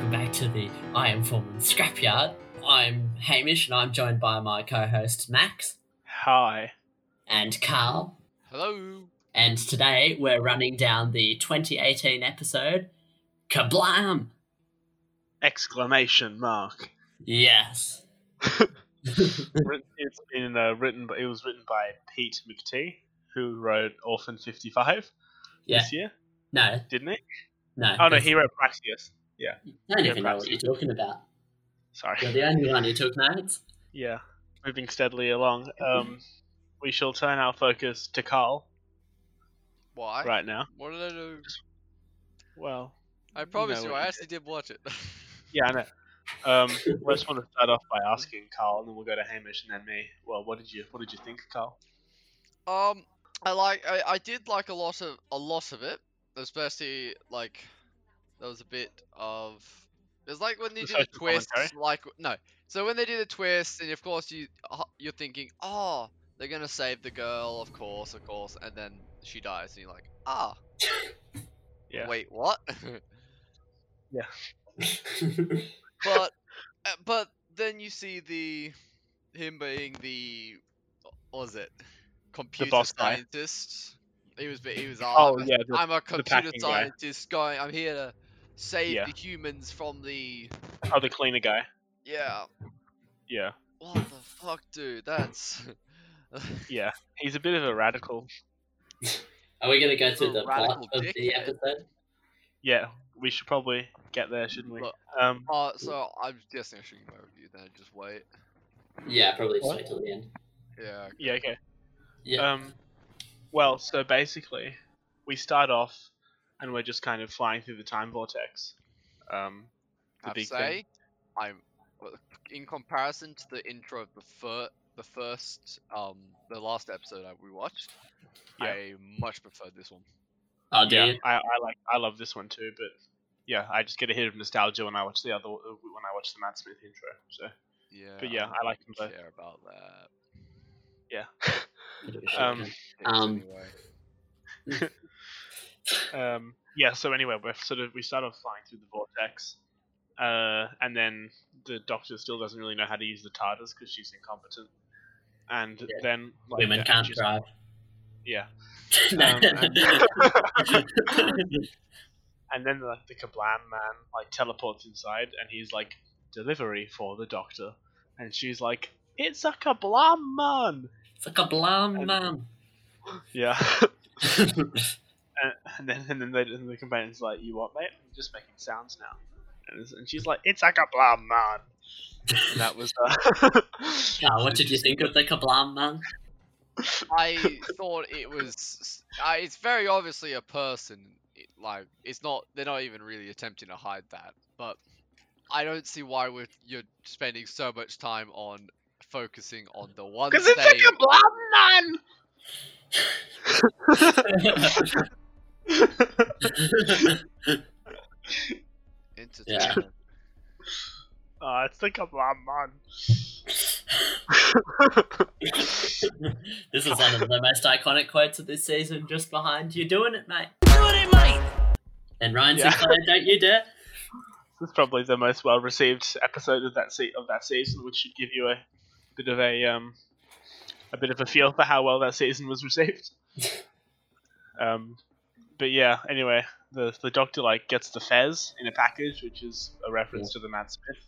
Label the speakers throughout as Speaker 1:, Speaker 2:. Speaker 1: Andy. I am from Scrapyard. I'm Hamish, and I'm joined by my co-host Max
Speaker 2: Hi.
Speaker 1: and Carl.
Speaker 3: Hello.
Speaker 1: And today we're running down the 2018 episode Kablam.
Speaker 2: Exclamation mark.
Speaker 1: Yes.
Speaker 2: Writ- it's been uh, written, but it was written by Pete McTee, who wrote Orphan 55
Speaker 1: Yeah.
Speaker 2: this year,
Speaker 1: No.
Speaker 2: didn't he?
Speaker 1: No.
Speaker 2: Oh no,
Speaker 1: that's-
Speaker 2: he wrote Praxius. Yeah.
Speaker 1: don't
Speaker 2: yeah,
Speaker 1: even know what you're
Speaker 2: perhaps.
Speaker 1: talking about. You're
Speaker 2: Sorry.
Speaker 1: the only one who took notes.
Speaker 2: Yeah. Moving steadily along. Um, we shall turn our focus to Carl
Speaker 3: Why?
Speaker 2: right now.
Speaker 3: What did I do?
Speaker 2: Well,
Speaker 3: I promise
Speaker 2: know
Speaker 3: you,
Speaker 2: what
Speaker 3: I
Speaker 2: you
Speaker 3: actually did watch it.
Speaker 2: yeah, I know. Um, I just want to start off by asking Carl, and then we'll go to Hamish and then me. Well, what did you what did you think, Carl?
Speaker 3: um, I like, I, I did like a lot of a lot of it, especially like there was a bit of. It's like when they
Speaker 2: The
Speaker 3: do the
Speaker 2: social
Speaker 3: twists,
Speaker 2: commentary?
Speaker 3: like no. So when they do the twists, and of course you uh, you're thinking, oh, they're gonna save the girl, of course, of course, and then she dies, and you're like, ah,
Speaker 2: Yeah.
Speaker 3: wait, what?
Speaker 1: yeah.
Speaker 3: but uh, but then you see the him being the what was it computer
Speaker 2: boss guy.
Speaker 3: scientist. He was he was
Speaker 2: Oh
Speaker 3: I'm a-
Speaker 2: yeah, the-
Speaker 3: I'm a computer
Speaker 2: packing guy.
Speaker 3: scientist guy. I'm here to save
Speaker 2: Yeah.
Speaker 3: the humans from the
Speaker 2: oh the cleaner guy.
Speaker 3: yeah.
Speaker 2: Yeah,
Speaker 3: What the fuck, dude? That's
Speaker 2: yeah. He's a bit of a radical.
Speaker 1: Are we going to go through
Speaker 3: A
Speaker 1: the plot
Speaker 3: radical
Speaker 1: of the
Speaker 3: dickhead.
Speaker 1: episode?
Speaker 2: Yeah, we should probably get there, shouldn't we?
Speaker 3: Look.
Speaker 2: Um,
Speaker 3: uh, so I'm guessing I should give my review then. Just wait.
Speaker 1: Yeah, probably just
Speaker 2: What?
Speaker 1: wait till the end.
Speaker 3: Yeah.
Speaker 2: yeah, okay.
Speaker 1: Yeah.
Speaker 2: Um, well, so basically, we start off, and we're just kind of flying through the time vortex. Um, the
Speaker 3: I
Speaker 2: big
Speaker 3: say
Speaker 2: thing.
Speaker 3: I'm in comparison to the intro of the fir- the first um the last episode I, we watched.
Speaker 2: Yeah.
Speaker 3: I much preferred this one.
Speaker 1: oh, do
Speaker 2: Yeah,
Speaker 1: you?
Speaker 2: I, I like I love this one too, but yeah, I just get a hit of nostalgia when I watch the other when I watch the Matt Smith intro. So
Speaker 3: Yeah.
Speaker 2: But yeah,
Speaker 3: don't
Speaker 2: I like
Speaker 3: really
Speaker 2: them both.
Speaker 3: Care about that.
Speaker 2: yeah,
Speaker 1: Bit of a
Speaker 2: um,
Speaker 1: shotgun.
Speaker 3: Things
Speaker 1: Um,
Speaker 3: anyway.
Speaker 2: um, yeah. So anyway, we're sort of we start off flying through the vortex, uh, and then the doctor still doesn't really know how to use the TARDIS because she's incompetent, and
Speaker 1: Yeah.
Speaker 2: then like,
Speaker 1: Women
Speaker 2: the
Speaker 1: can't
Speaker 2: anxious-
Speaker 1: drive.
Speaker 2: Yeah,
Speaker 1: No.
Speaker 2: and then like the Kablam man like teleports inside, and he's like delivery for the doctor, and she's like, "It's a Kablam man."
Speaker 1: it's like a blonde
Speaker 2: And-
Speaker 1: man.
Speaker 2: Yeah, and, and then and then the, and the companion's like, "You what, mate? I'm just making sounds now," and, it's- and she's like, "It's a Kablam man." And that was. Uh,
Speaker 1: Carl, what did you think of the Kablam man?
Speaker 3: I thought it was. I, it's very obviously a person. It, like it's not. They're not even really attempting to hide that. But I don't see why we're you're spending so much time on focusing on the one
Speaker 2: Because it's a
Speaker 3: thing.
Speaker 2: Kablam man.
Speaker 3: Entertainment.
Speaker 2: Oh, it's the Kablam man.
Speaker 1: this is one of the most iconic quotes of this season, just behind you doing it, mate.
Speaker 4: Doing it, mate.
Speaker 1: And Ryan
Speaker 2: Yeah.
Speaker 1: Sinclair, don't you dare.
Speaker 2: This is probably the most well received episode of that se- of that season, which should give you a bit of a um, a bit of a feel for how well that season was received. um, but yeah, anyway, the the doctor like gets the fez in a package, which is a reference to the Matt Smith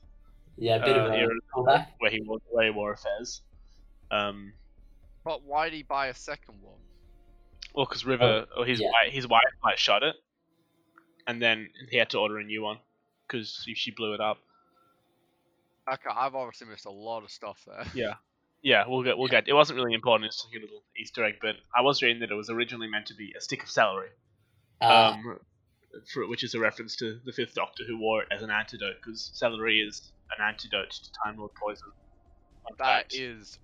Speaker 1: Yeah, a bit of
Speaker 2: Uh,
Speaker 1: a
Speaker 2: you're-
Speaker 1: callback.
Speaker 2: where he wore, where he wore a fez. Um,
Speaker 3: But why did he buy a second one?
Speaker 2: well, because River,
Speaker 3: Oh,
Speaker 2: or his
Speaker 1: yeah.
Speaker 2: wife, his wife like shot it, and then he had to order a new one because she blew it up.
Speaker 3: Okay, I've obviously missed a lot of stuff there.
Speaker 2: Yeah. Yeah, we'll get we'll get. It wasn't really important. It's just a little Easter egg, but I was reading that it was originally meant to be a stick of celery,
Speaker 3: Ah.
Speaker 1: Uh,
Speaker 2: um, for, which is a reference to the Fifth Doctor who wore it as an antidote because celery is an antidote to Time Lord poison. Fun
Speaker 3: That
Speaker 2: fact.
Speaker 3: is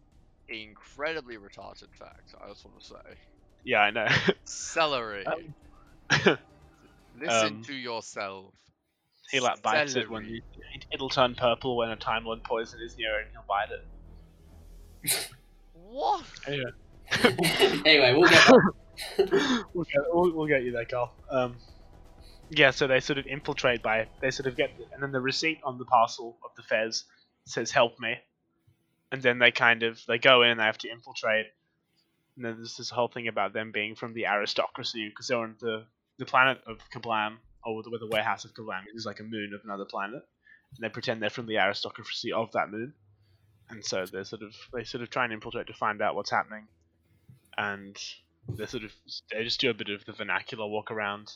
Speaker 3: incredibly retarded fact. I just want to say,
Speaker 2: yeah, I know.
Speaker 3: celery.
Speaker 2: Um,
Speaker 3: Listen
Speaker 2: um,
Speaker 3: to yourself.
Speaker 2: he like bites it when
Speaker 3: Celery.
Speaker 2: you, it- it'll turn purple when a Time Lord poison is near it, and he'll bite it.
Speaker 3: What?
Speaker 1: anyway, we'll get back.
Speaker 2: we'll, get, we'll, we'll get you that, Carl. Um, Yeah, so they sort of infiltrate by they sort of get and then the receipt on the parcel of the Fez says "Help me," and then they kind of they go in and they have to infiltrate. And then there's this whole thing about them being from the aristocracy because they're on the the planet of Kablam or the, where the warehouse of Kablam is like a moon of another planet, and they pretend they're from the aristocracy of that moon. And so they sort of they sort of try and infiltrate to find out what's happening, and they sort of they just do a bit of the vernacular walk around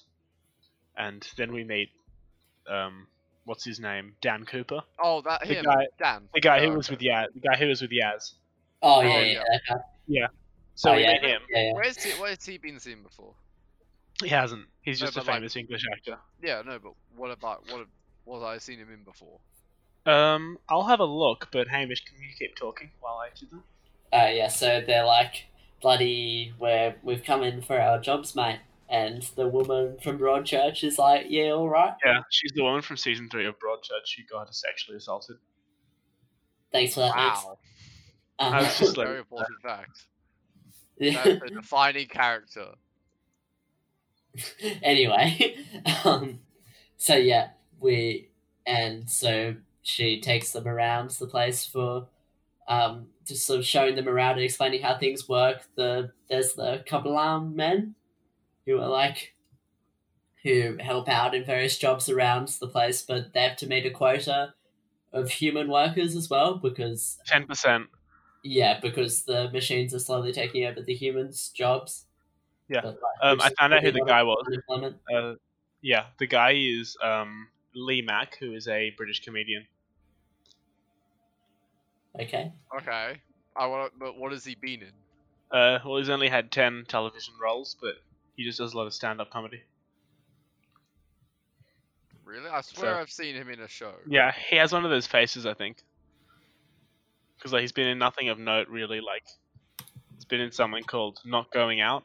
Speaker 2: and then we meet um what's his name dan cooper
Speaker 3: Oh, that
Speaker 2: The
Speaker 3: him,
Speaker 2: guy-
Speaker 3: Dan.
Speaker 2: the guy who
Speaker 3: Oh,
Speaker 2: was
Speaker 3: okay.
Speaker 2: with yaz the guy who was with yaz
Speaker 1: Oh,
Speaker 3: Oh,
Speaker 1: yeah,
Speaker 3: yeah.
Speaker 1: yeah. that guy.
Speaker 2: so
Speaker 1: Oh,
Speaker 2: we
Speaker 1: yeah.
Speaker 2: meet him
Speaker 1: yeah, yeah.
Speaker 3: Where's he? Where's he been seen before?
Speaker 2: he hasn't he's
Speaker 3: No,
Speaker 2: just a
Speaker 3: but, like-
Speaker 2: famous english actor
Speaker 3: Yeah, no, but what about what? Was I seen him in before?
Speaker 2: um i'll have a look but hamish can you keep talking while i do that
Speaker 1: Oh yeah, so they're like bloody where we've come in for our jobs, mate. And the woman from Broadchurch is like, yeah, all right.
Speaker 2: yeah she's the woman from season three of broadchurch who got sexually assaulted
Speaker 1: Thanks for that. mate."
Speaker 3: Wow,
Speaker 1: Um,
Speaker 2: I was
Speaker 3: that's a
Speaker 2: just like-
Speaker 3: very important fact.
Speaker 1: yeah.
Speaker 3: That's a defining character.
Speaker 1: anyway, um, so yeah, we and so she takes them around the place for um, just sort of showing them around and explaining how things work. The there's the Kabbalah men who are like who help out in various jobs around the place, but they have to meet a quota of human workers as well because
Speaker 2: 10%
Speaker 1: yeah, because the machines are slowly taking over the humans' jobs.
Speaker 2: Yeah.
Speaker 1: But, like,
Speaker 2: um
Speaker 1: which
Speaker 2: i
Speaker 1: is
Speaker 2: found out who
Speaker 1: pretty
Speaker 2: the
Speaker 1: low
Speaker 2: guy was
Speaker 1: unemployment.
Speaker 2: uh yeah the guy is um lee mack who is a british comedian
Speaker 1: Okay.
Speaker 3: Okay, I want. But what has he been in?
Speaker 2: Uh, well, he's only had ten television roles, but he just does a lot of stand-up comedy.
Speaker 3: Really? I swear
Speaker 2: So-
Speaker 3: I've seen him in a show.
Speaker 2: Yeah, he has one of those faces, I think, because like he's been in nothing of note really. Like, he's been in something called Not Going Out,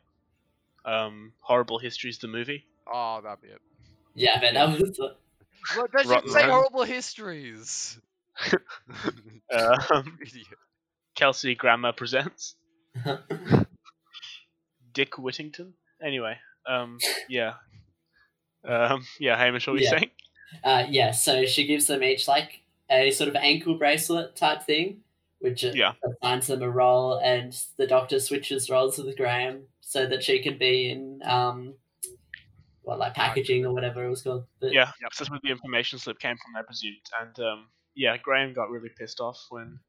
Speaker 2: um, Horrible Histories, the movie.
Speaker 3: Oh, that'd be it.
Speaker 1: Yeah, but that was
Speaker 3: Well, don't
Speaker 2: Rotten
Speaker 3: you say
Speaker 2: Rome.
Speaker 3: horrible histories.
Speaker 2: Um,
Speaker 3: Idiot.
Speaker 2: Kelsey Grammer presents
Speaker 1: the-
Speaker 2: Dick Whittington. Anyway, um, yeah, um, yeah, Hamish, what were you
Speaker 1: Yeah.
Speaker 2: saying?
Speaker 1: uh, yeah. So she gives them each like a sort of ankle bracelet type thing, which uh,
Speaker 2: Yeah.
Speaker 1: assigns them a role, and the doctor switches roles with Graham so that she can be in um, what like packaging or whatever it was called. But,
Speaker 2: Yeah, so that's where the information slip came from, I presumed. And um, yeah, Graham got really pissed off when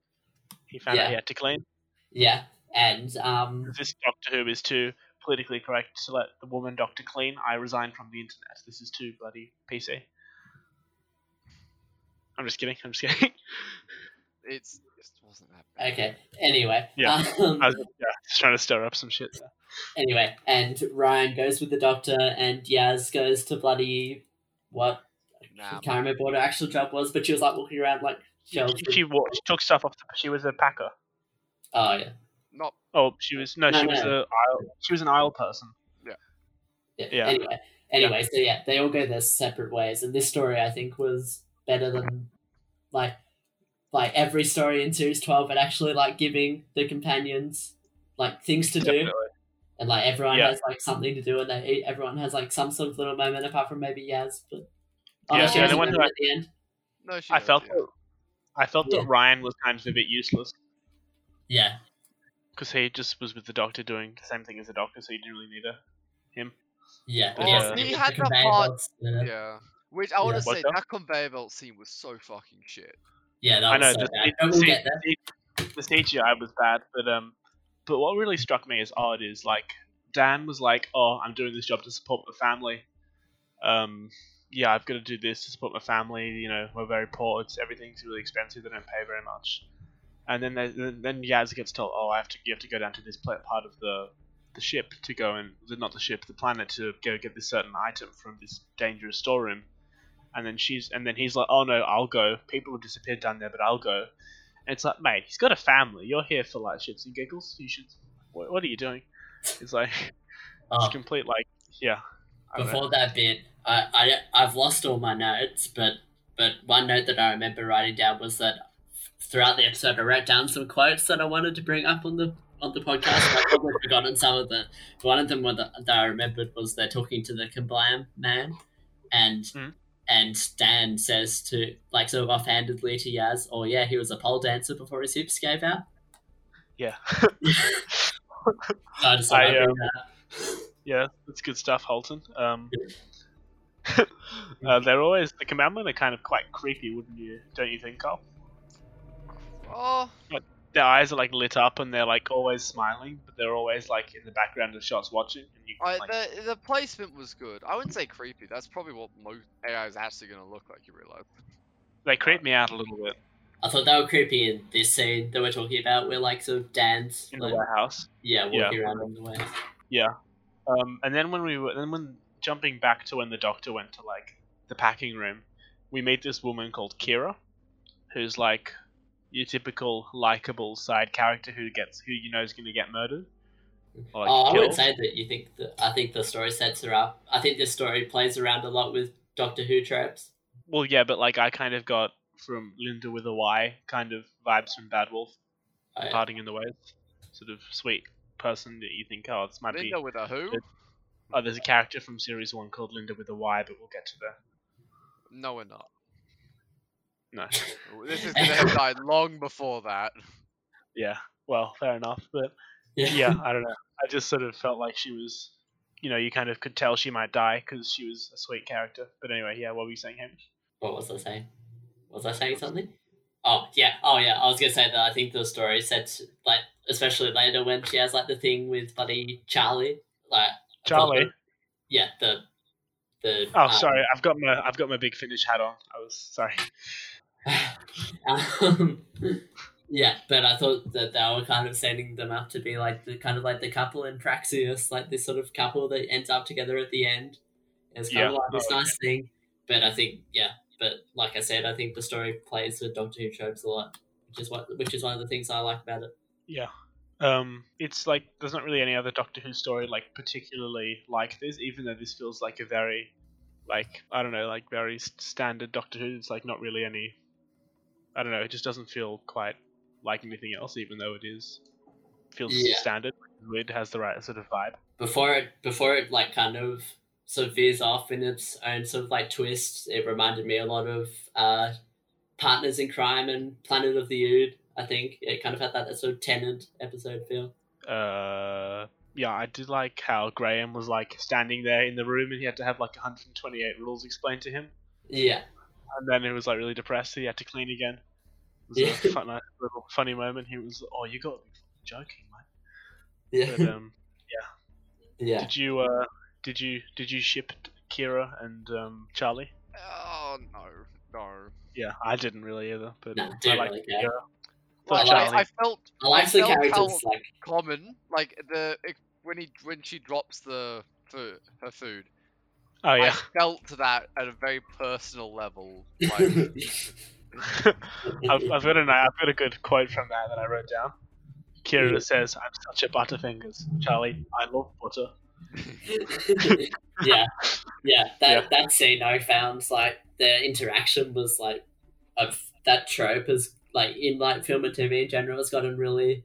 Speaker 2: he found out
Speaker 1: Yeah.
Speaker 2: he had to clean.
Speaker 1: yeah, and um,
Speaker 2: This Doctor Who is too politically correct to let the woman Doctor clean. I resign from the internet. This is too bloody PC. I'm just kidding. I'm just kidding.
Speaker 3: It's it just wasn't that bad.
Speaker 1: okay. Anyway,
Speaker 2: Yeah.
Speaker 1: Um,
Speaker 2: I was yeah, just trying to stir up some shit. There.
Speaker 1: anyway, and Ryan goes with the doctor, and Yaz goes to bloody what?
Speaker 3: Nah,
Speaker 1: I can't remember what her actual job was, but she was like walking around like shelves.
Speaker 2: She, wa- she took stuff off. The, she was a packer.
Speaker 1: Oh yeah.
Speaker 3: not
Speaker 2: Oh, she was no,
Speaker 1: No,
Speaker 2: she was a
Speaker 1: no.
Speaker 2: aisle, she was an aisle person.
Speaker 1: Yeah.
Speaker 2: Yeah.
Speaker 1: Anyway, anyway, so yeah, they all go their separate ways, and this story I think was better than like like every story in series twelve, and actually like giving the companions like things to do,
Speaker 2: Definitely.
Speaker 1: and like everyone
Speaker 2: Yeah.
Speaker 1: has like something to do, and they everyone has like some sort of little moment apart from maybe Yaz, but
Speaker 2: Yeah,
Speaker 1: she
Speaker 3: the
Speaker 1: has a
Speaker 3: only
Speaker 2: one who
Speaker 1: moment at the end.
Speaker 3: no. She
Speaker 2: I
Speaker 3: knows,
Speaker 2: felt
Speaker 3: yeah.
Speaker 2: I felt
Speaker 1: Yeah.
Speaker 2: that Ryan was kind of a bit useless.
Speaker 1: Yeah,
Speaker 2: because he just was with the doctor doing the same thing as the doctor, so you didn't really need her.
Speaker 1: yeah.
Speaker 2: Oh,
Speaker 1: yeah.
Speaker 2: he
Speaker 3: had the
Speaker 1: conveyor
Speaker 3: part-
Speaker 1: belts, uh, yeah.
Speaker 3: Yeah. Which I want
Speaker 1: Yeah.
Speaker 3: to say
Speaker 2: What's up?
Speaker 3: that conveyor belt scene was so fucking shit.
Speaker 1: that
Speaker 2: I
Speaker 1: was
Speaker 2: know
Speaker 1: Oh, so
Speaker 2: the,
Speaker 1: bad.
Speaker 2: C-
Speaker 1: But we'll
Speaker 2: C-
Speaker 1: get there.
Speaker 2: the CGI was bad, but um, but what really struck me as odd is like Dan was like, "Oh, I'm doing this job to support my family. Um, yeah, I've got to do this to support my family. You know, we're very poor. It's everything's really expensive. They don't pay very much." And then they, then- then Yaz gets told, "Oh, I have to you have to go down to this pla- part of the the ship to go and not the ship, the planet to go get this certain item from this dangerous storeroom." And then she's and then he's like, "Oh no, I'll go. People have disappeared down there, but I'll go." And it's like, mate, he's got a family. You're here for like shits and giggles. You should. What, what are you doing? It's like
Speaker 1: Oh.
Speaker 2: it's complete like yeah. I don't know.
Speaker 1: before that bit, I, I I've lost all my notes, but but one note that I remember writing down was that throughout the episode, I wrote down some quotes that I wanted to bring up on the on the podcast. I've probably forgotten some of them. One of them wa- that I remembered was they're talking to the Kablam man, and
Speaker 2: Mhm.
Speaker 1: and Dan says to like so offhandedly to Yaz, "Oh yeah, he was a pole dancer before his hips gave out."
Speaker 2: Yeah.
Speaker 1: I just thought
Speaker 2: I,
Speaker 1: I'd bring
Speaker 2: um,
Speaker 1: that up.
Speaker 2: Yeah, that's good stuff, Holton. Um, uh, they're always the commandmen are kind of quite creepy, wouldn't you? Don't you think, Cole?
Speaker 3: Oh,
Speaker 2: Their eyes are like lit up, and they're like always smiling, but they're always like in the background of shots watching. And you can,
Speaker 3: I,
Speaker 2: like,
Speaker 3: the the placement was good. I wouldn't say creepy. That's probably what most AI is actually going to look like. You realize?
Speaker 2: they creep me out a little bit
Speaker 1: I thought they were creepy in this scene that we're talking about, where like sort of Dan's
Speaker 2: in the
Speaker 1: like,
Speaker 2: warehouse.
Speaker 1: yeah walking
Speaker 2: Yeah.
Speaker 1: around in the warehouse.
Speaker 2: Um, and then when we were, then when jumping back to when the doctor went to like the packing room, we meet this woman called Kira, who's like your typical likable side character who gets who you know is going to get murdered. Or, like,
Speaker 1: oh, I would
Speaker 2: killed.
Speaker 1: say that you think that I think the story sets her up. I think this story plays around a lot with Doctor Who tropes.
Speaker 2: Well, yeah, but like I kind of got from Linda with a Y kind of vibes from Bad Wolf,
Speaker 1: I-
Speaker 2: parting in the ways, sort of sweet person that you think, oh, this might be.
Speaker 3: Linda with a who?
Speaker 2: Good. Oh, there's a character from series one called Linda with a Y, but we'll get to that.
Speaker 3: No, we're not.
Speaker 2: No.
Speaker 3: This is going to have died long before that.
Speaker 2: Yeah. Well, fair enough, but. yeah, I don't know. I just sort of felt like she was, you know, you kind of could tell she might die because she was a sweet character. But anyway, yeah, what were you saying, Hamish?
Speaker 1: What was I saying? Was I saying something? Oh yeah, oh yeah. I was gonna say that I think the story sets like, especially later when she has like the thing with buddy Charlie, like
Speaker 2: Charlie.
Speaker 1: yeah, the the.
Speaker 2: Oh,
Speaker 1: um,
Speaker 2: sorry, I've got my I've got my big finish hat on. I was sorry.
Speaker 1: um, yeah, but I thought that they were kind of setting them up to be like the kind of like the couple in Praxius, like this sort of couple that ends up together at the end. It's kind of
Speaker 2: Yeah.
Speaker 1: like this
Speaker 2: Oh,
Speaker 1: nice thing, but I think yeah, but like I said, I think the story plays with Doctor Who tropes a lot, which is what which is one of the things I like about it.
Speaker 2: Yeah. Um, it's like there's not really any other Doctor Who story like particularly like this, even though this feels like a very, like I don't know, like very s- standard Doctor Who. It's like not really any, I don't know. It just doesn't feel quite like anything else, even though it is feels
Speaker 1: Yeah.
Speaker 2: standard. It has the right sort of vibe.
Speaker 1: Before it before it like kind of sort of veers off in its own sort of like twist, it reminded me a lot of uh, Partners in Crime and Planet of the Ood. I think it kind of had that sort of tenant episode feel.
Speaker 2: uh yeah i did like how graham was like standing there in the room and he had to have like 128 rules explained to him
Speaker 1: Yeah,
Speaker 2: and then he was like really depressed so he had to clean again it was a
Speaker 1: Yeah.
Speaker 2: fun, nice little funny moment he was oh you got to be fucking joking mate
Speaker 1: yeah,
Speaker 2: but um
Speaker 1: yeah.
Speaker 2: did you uh did you did you ship kira and um charlie
Speaker 3: Oh no, no.
Speaker 2: yeah i didn't really either but
Speaker 1: No,
Speaker 2: i
Speaker 1: didn't
Speaker 2: liked
Speaker 1: really care.
Speaker 2: kira
Speaker 3: Like,
Speaker 2: Thought Charlie-
Speaker 3: I, I felt
Speaker 1: I like the
Speaker 3: felt
Speaker 1: characters
Speaker 3: how-
Speaker 1: like
Speaker 3: common, like the it- when he when she drops the food, her food.
Speaker 2: oh yeah
Speaker 3: I felt that at a very personal level. Like,
Speaker 2: I've, I've got a ni- I've got a good quote from that that I wrote down. Kira says, "I'm such a butterfingers, Charlie. I love butter."
Speaker 1: yeah, yeah. That
Speaker 2: Yeah.
Speaker 1: that scene I found like their interaction was like of that trope is like in like film and TV in general has gotten really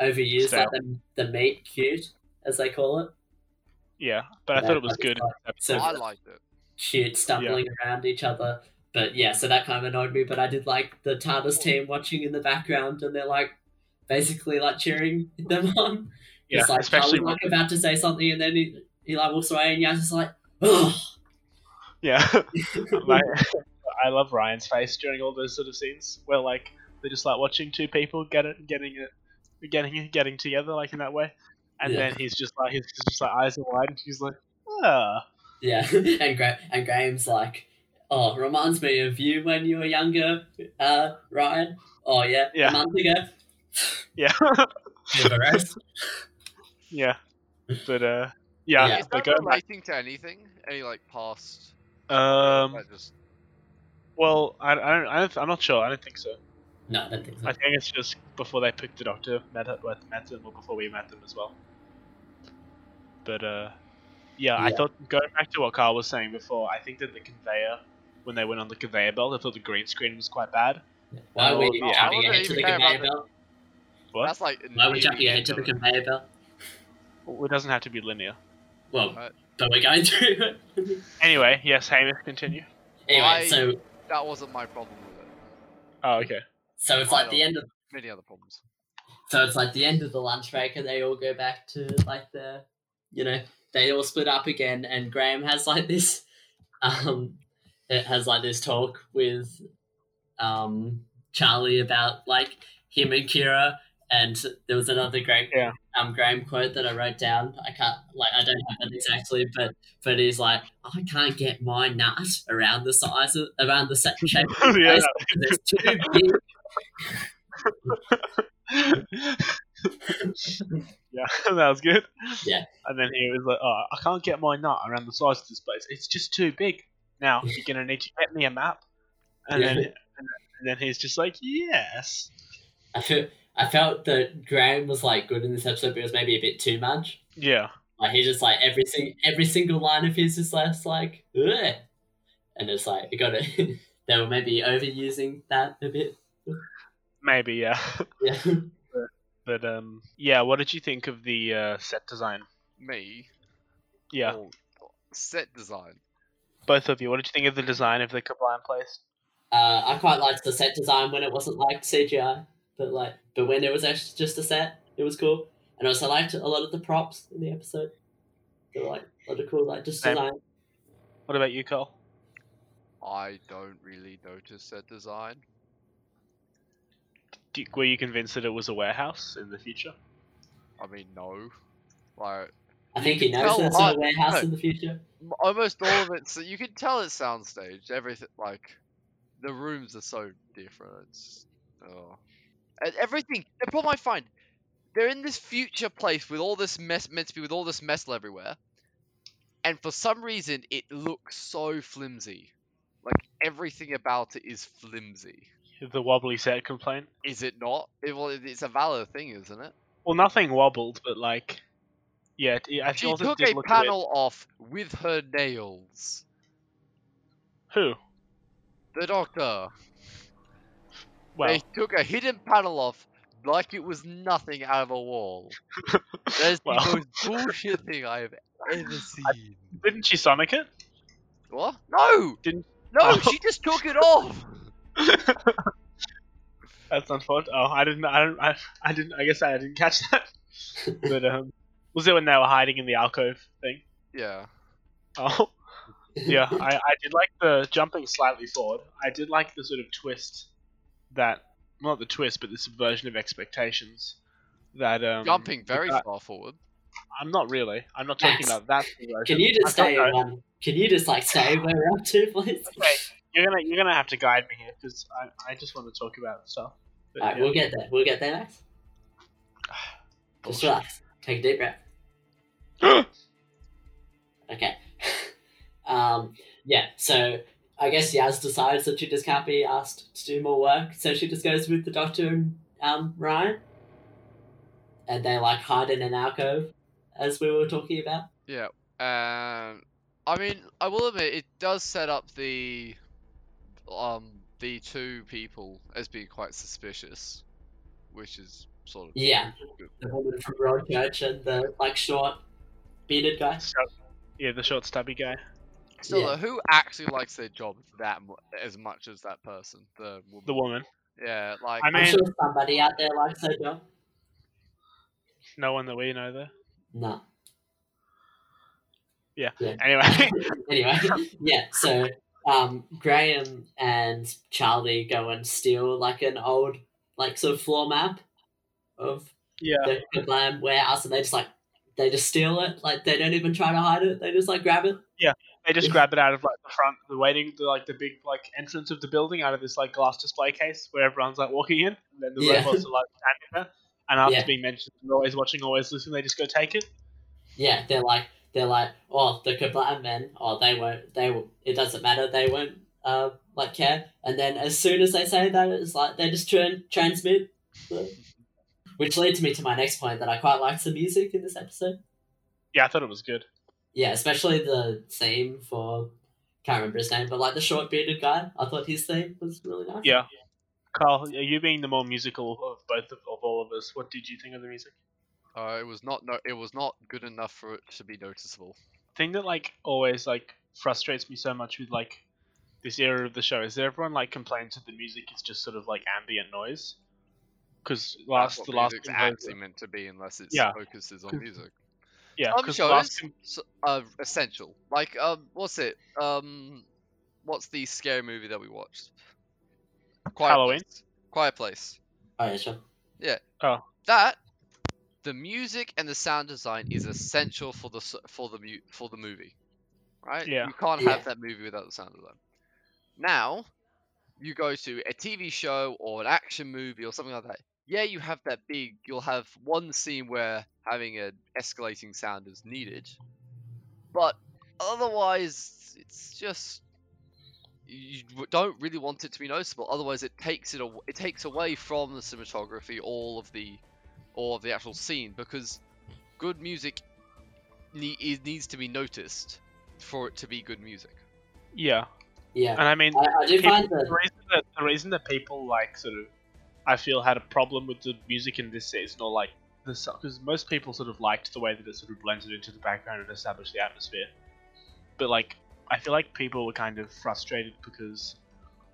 Speaker 1: overused.
Speaker 2: Stale.
Speaker 1: Like the the meat cute as they call it.
Speaker 2: Yeah, but I
Speaker 1: Yeah,
Speaker 2: thought it was
Speaker 1: that's
Speaker 2: good.
Speaker 1: So
Speaker 3: I liked it.
Speaker 1: cute stumbling around each other. But yeah, so that kind of annoyed me. But I did like the TARDIS team watching in the background, and they're like basically like cheering them on.
Speaker 2: Yeah,
Speaker 1: it's like
Speaker 2: especially
Speaker 1: Charlie's, like about to say something, and then he, he like walks away, and Yaz is like, "Ugh."
Speaker 2: yeah. My- I love Ryan's face during all those sort of scenes where like they're just like watching two people get it, getting it, getting it, getting together like in that way, and
Speaker 1: Yeah.
Speaker 2: then he's just like his he's just like eyes are wide, and he's like, ah,
Speaker 1: yeah. And Gra- and Graham's like, "Oh, reminds me of you when you were younger, uh, Ryan. Oh yeah,
Speaker 2: Yeah.
Speaker 1: a month ago.
Speaker 2: yeah,
Speaker 1: Never rest.
Speaker 2: yeah. But uh, yeah.
Speaker 1: Yeah.
Speaker 3: Is
Speaker 2: But
Speaker 3: that
Speaker 2: going back,
Speaker 3: relating to anything? Any like past?
Speaker 2: um,
Speaker 3: like, just
Speaker 2: well, I, I don't, I don't, I'm not sure. I don't think so.
Speaker 1: No, I don't think so.
Speaker 2: I think it's just before they picked the doctor, met up with met them, or before we met them as well. But uh, yeah, I
Speaker 1: Yeah.
Speaker 2: thought going back to what Carl was saying before, I think that the conveyor when they went on the conveyor belt, I thought the green screen was quite bad.
Speaker 1: Why are we
Speaker 2: Oh, I
Speaker 1: jumping
Speaker 3: wouldn't
Speaker 1: ahead to
Speaker 3: even
Speaker 1: the
Speaker 3: care about
Speaker 1: conveyor
Speaker 3: the-
Speaker 1: belt?
Speaker 2: What?
Speaker 3: that's like.
Speaker 1: Why are we
Speaker 3: near
Speaker 1: jumping ahead
Speaker 3: end
Speaker 1: to the
Speaker 3: of it.
Speaker 1: conveyor belt?
Speaker 2: Well, it doesn't have to be linear.
Speaker 1: Well,
Speaker 3: Right.
Speaker 1: but we're going through it.
Speaker 2: Anyway, yes, Hamish, continue.
Speaker 1: anyway,
Speaker 3: I-
Speaker 1: so
Speaker 3: That wasn't my problem with it.
Speaker 2: Oh, okay.
Speaker 1: so it's like the end of
Speaker 3: Many other problems.
Speaker 1: so it's like the end of the lunch break, and they all go back to like their, you know, they all split up again, and Graham has like this, um, it has like this talk with, um, Charlie about like him and Kira, and there was another great
Speaker 2: Yeah.
Speaker 1: um Graham quote that I wrote down. I can't like I don't have it exactly, but but he's like, I can't get my nut around the size of around the sa- shape of his
Speaker 2: Yeah.
Speaker 1: face because it's too big.
Speaker 2: yeah, that was good.
Speaker 1: Yeah.
Speaker 2: And then he was like, "Oh, I can't get my nut around the size of this place. It's just too big. Now you're gonna need to get me a map." And
Speaker 1: Yeah.
Speaker 2: then, and then he's just like, "Yes."
Speaker 1: I feel I felt that Graham was like good in this episode, but it was maybe a bit too much.
Speaker 2: Yeah.
Speaker 1: Like he just like every sing- every single line of his is less like, Ugh. and it's like it got it. they were maybe overusing that a bit.
Speaker 2: Maybe. Yeah.
Speaker 1: Yeah.
Speaker 2: But um, yeah. What did you think of the uh, set design?
Speaker 3: Me.
Speaker 2: Yeah.
Speaker 3: or set design.
Speaker 2: Both of you. What did you think of the design of the Kablan place?
Speaker 1: Uh, I quite liked the set design when it wasn't like CGI, but like, but when it was actually just a set, it was cool. And I also liked a lot of the props in the episode. They were like a lot of cool, like just
Speaker 2: Same.
Speaker 1: design.
Speaker 2: What about you, Cole?
Speaker 3: I don't really notice set design.
Speaker 2: Do you- were you convinced that it was a warehouse in the future?
Speaker 3: I mean, no. Like
Speaker 1: I think he knows
Speaker 3: tell
Speaker 1: that's not
Speaker 3: I-
Speaker 1: a warehouse
Speaker 3: no.
Speaker 1: in the future.
Speaker 3: m- almost all of it. So you can tell it's soundstage. Everything like the rooms are so different. It's- Oh. And everything. The problem I find they're in this future place with all this mess meant to be with all this metal everywhere, and for some reason it looks so flimsy. Like everything about it is flimsy.
Speaker 2: The wobbly set complaint.
Speaker 3: Is it not? It, well, it- it's a valid thing, isn't it?
Speaker 2: Well, nothing wobbled, but like, yeah, it, I
Speaker 3: She
Speaker 2: feel that
Speaker 3: took
Speaker 2: did
Speaker 3: a
Speaker 2: look
Speaker 3: panel off with her nails.
Speaker 2: A bit, who?
Speaker 3: The doctor.
Speaker 2: Well,
Speaker 3: They took a hidden panel off like it was nothing out of a wall. That's
Speaker 2: Well.
Speaker 3: the most bullshit thing I have ever seen.
Speaker 2: didn't she Sonic it? Oh,
Speaker 3: What? Oh. No!
Speaker 2: Didn't-
Speaker 3: No, she just took it off!
Speaker 2: That's unfortunate. Oh, I didn't. I don't. I, I didn't. I guess I didn't catch that. but um, was it when they were hiding in the alcove thing?
Speaker 3: Yeah.
Speaker 2: Oh, yeah. I, I did like the jumping slightly forward. I did like the sort of twist that, well, not the twist, but the subversion of expectations. That um,
Speaker 3: Jumping very
Speaker 2: that-
Speaker 3: far forward.
Speaker 2: I'm not really. I'm not talking
Speaker 1: Max,
Speaker 2: about that. Subversion.
Speaker 1: Can you just
Speaker 2: I
Speaker 1: stay
Speaker 2: don't
Speaker 1: in
Speaker 2: know.
Speaker 1: one? Can you just like say where we're up to, please?
Speaker 2: Okay, you're gonna you're gonna have to guide me here because I, I just want to talk about stuff. But,
Speaker 1: Alright,
Speaker 2: yeah.
Speaker 1: we'll get there. We'll get there, Max. Just relax. Take a deep breath. Okay. um, yeah, so I guess Yaz decides that she just can't be asked to do more work, so she just goes with the doctor and um, Ryan. And they like hide in an alcove, as we were talking about.
Speaker 3: Yeah. Um, I mean, I will admit, it does set up the, um, the two people as being quite suspicious, which is sort of
Speaker 1: Yeah. The woman from Broadchurch and the like short bearded guy.
Speaker 2: So, yeah, the short stubby guy.
Speaker 3: Still,
Speaker 1: Yeah.
Speaker 3: though, who actually likes their job that mu- as much as that person? The woman.
Speaker 2: The woman.
Speaker 3: yeah, like
Speaker 2: I
Speaker 1: I'm
Speaker 2: mean-
Speaker 1: sure somebody out there likes her job.
Speaker 2: No one that we know there.
Speaker 1: No.
Speaker 2: Anyway.
Speaker 1: anyway, yeah, so um, Graham and Charlie go and steal like an old, like sort of floor map of
Speaker 2: yeah.
Speaker 1: the Kablam warehouse, and they just like they just steal it. Like they don't even try to hide it. They just like grab it.
Speaker 2: They just grab it out of like the front, the waiting, the, like the big like entrance of the building, out of this like glass display case where everyone's like walking in, and then the
Speaker 1: Yeah.
Speaker 2: robots are like standing there. And after
Speaker 1: Yeah.
Speaker 2: being mentioned, they're always watching, always listening. They just go take it.
Speaker 1: Yeah, they're like they're like, oh, the Kablam men, oh, they won't, they will. It doesn't matter. They won't. Uh, like care, and then as soon as they say that, it's like they just turn transmit, the- which leads me to my next point that I quite liked the music in this episode.
Speaker 2: Yeah, I thought it was good.
Speaker 1: Yeah, especially the theme for can't remember his name, but like the short bearded guy. I thought his theme was really nice.
Speaker 2: Yeah. Carl, are you being the more musical of both of, of all of us? What did you think of the music?
Speaker 3: uh, it was not no, it was not good enough for it to be noticeable.
Speaker 2: thing that like always like frustrates me so much with like this era of the show is that everyone like complains that the music is just sort of like ambient noise. Because last
Speaker 3: That's
Speaker 2: the
Speaker 3: what
Speaker 2: last
Speaker 3: music's
Speaker 2: convo-
Speaker 3: actually meant to be, unless it
Speaker 2: Yeah.
Speaker 3: focuses on
Speaker 2: 'Cause-
Speaker 3: music.
Speaker 2: yeah,
Speaker 3: Some
Speaker 2: 'cause last
Speaker 3: shows
Speaker 2: con-
Speaker 3: s- are essential. Like, um, what's it? Um, what's the scary movie that we watched? Quiet
Speaker 2: Halloween?
Speaker 3: Place. Quiet Place.
Speaker 1: Oh, yeah, sure.
Speaker 3: That the music and the sound design is essential for the s- for the mu- for the movie, right?
Speaker 2: Yeah.
Speaker 3: You can't
Speaker 1: Yeah.
Speaker 3: have that movie without the sound design. Now, you go to a TV show or an action movie or something like that. Yeah, you have that big. You'll have one scene where having an escalating sound is needed, but otherwise, it's just you w- don't really want it to be noticeable. Otherwise, it takes it aw- it takes away from the cinematography all of the all of the actual scene because good music ne- it needs to be noticed for it to be good music.
Speaker 2: yeah,
Speaker 1: Yeah.
Speaker 2: and I mean
Speaker 1: I, I do
Speaker 2: people-
Speaker 1: find
Speaker 2: the
Speaker 1: that.
Speaker 2: reason that the reason that people like sort of I feel had a problem with the music in this season or like the because most people sort of liked the way that it sort of blended into the background and established the atmosphere, but like I feel like people were kind of frustrated because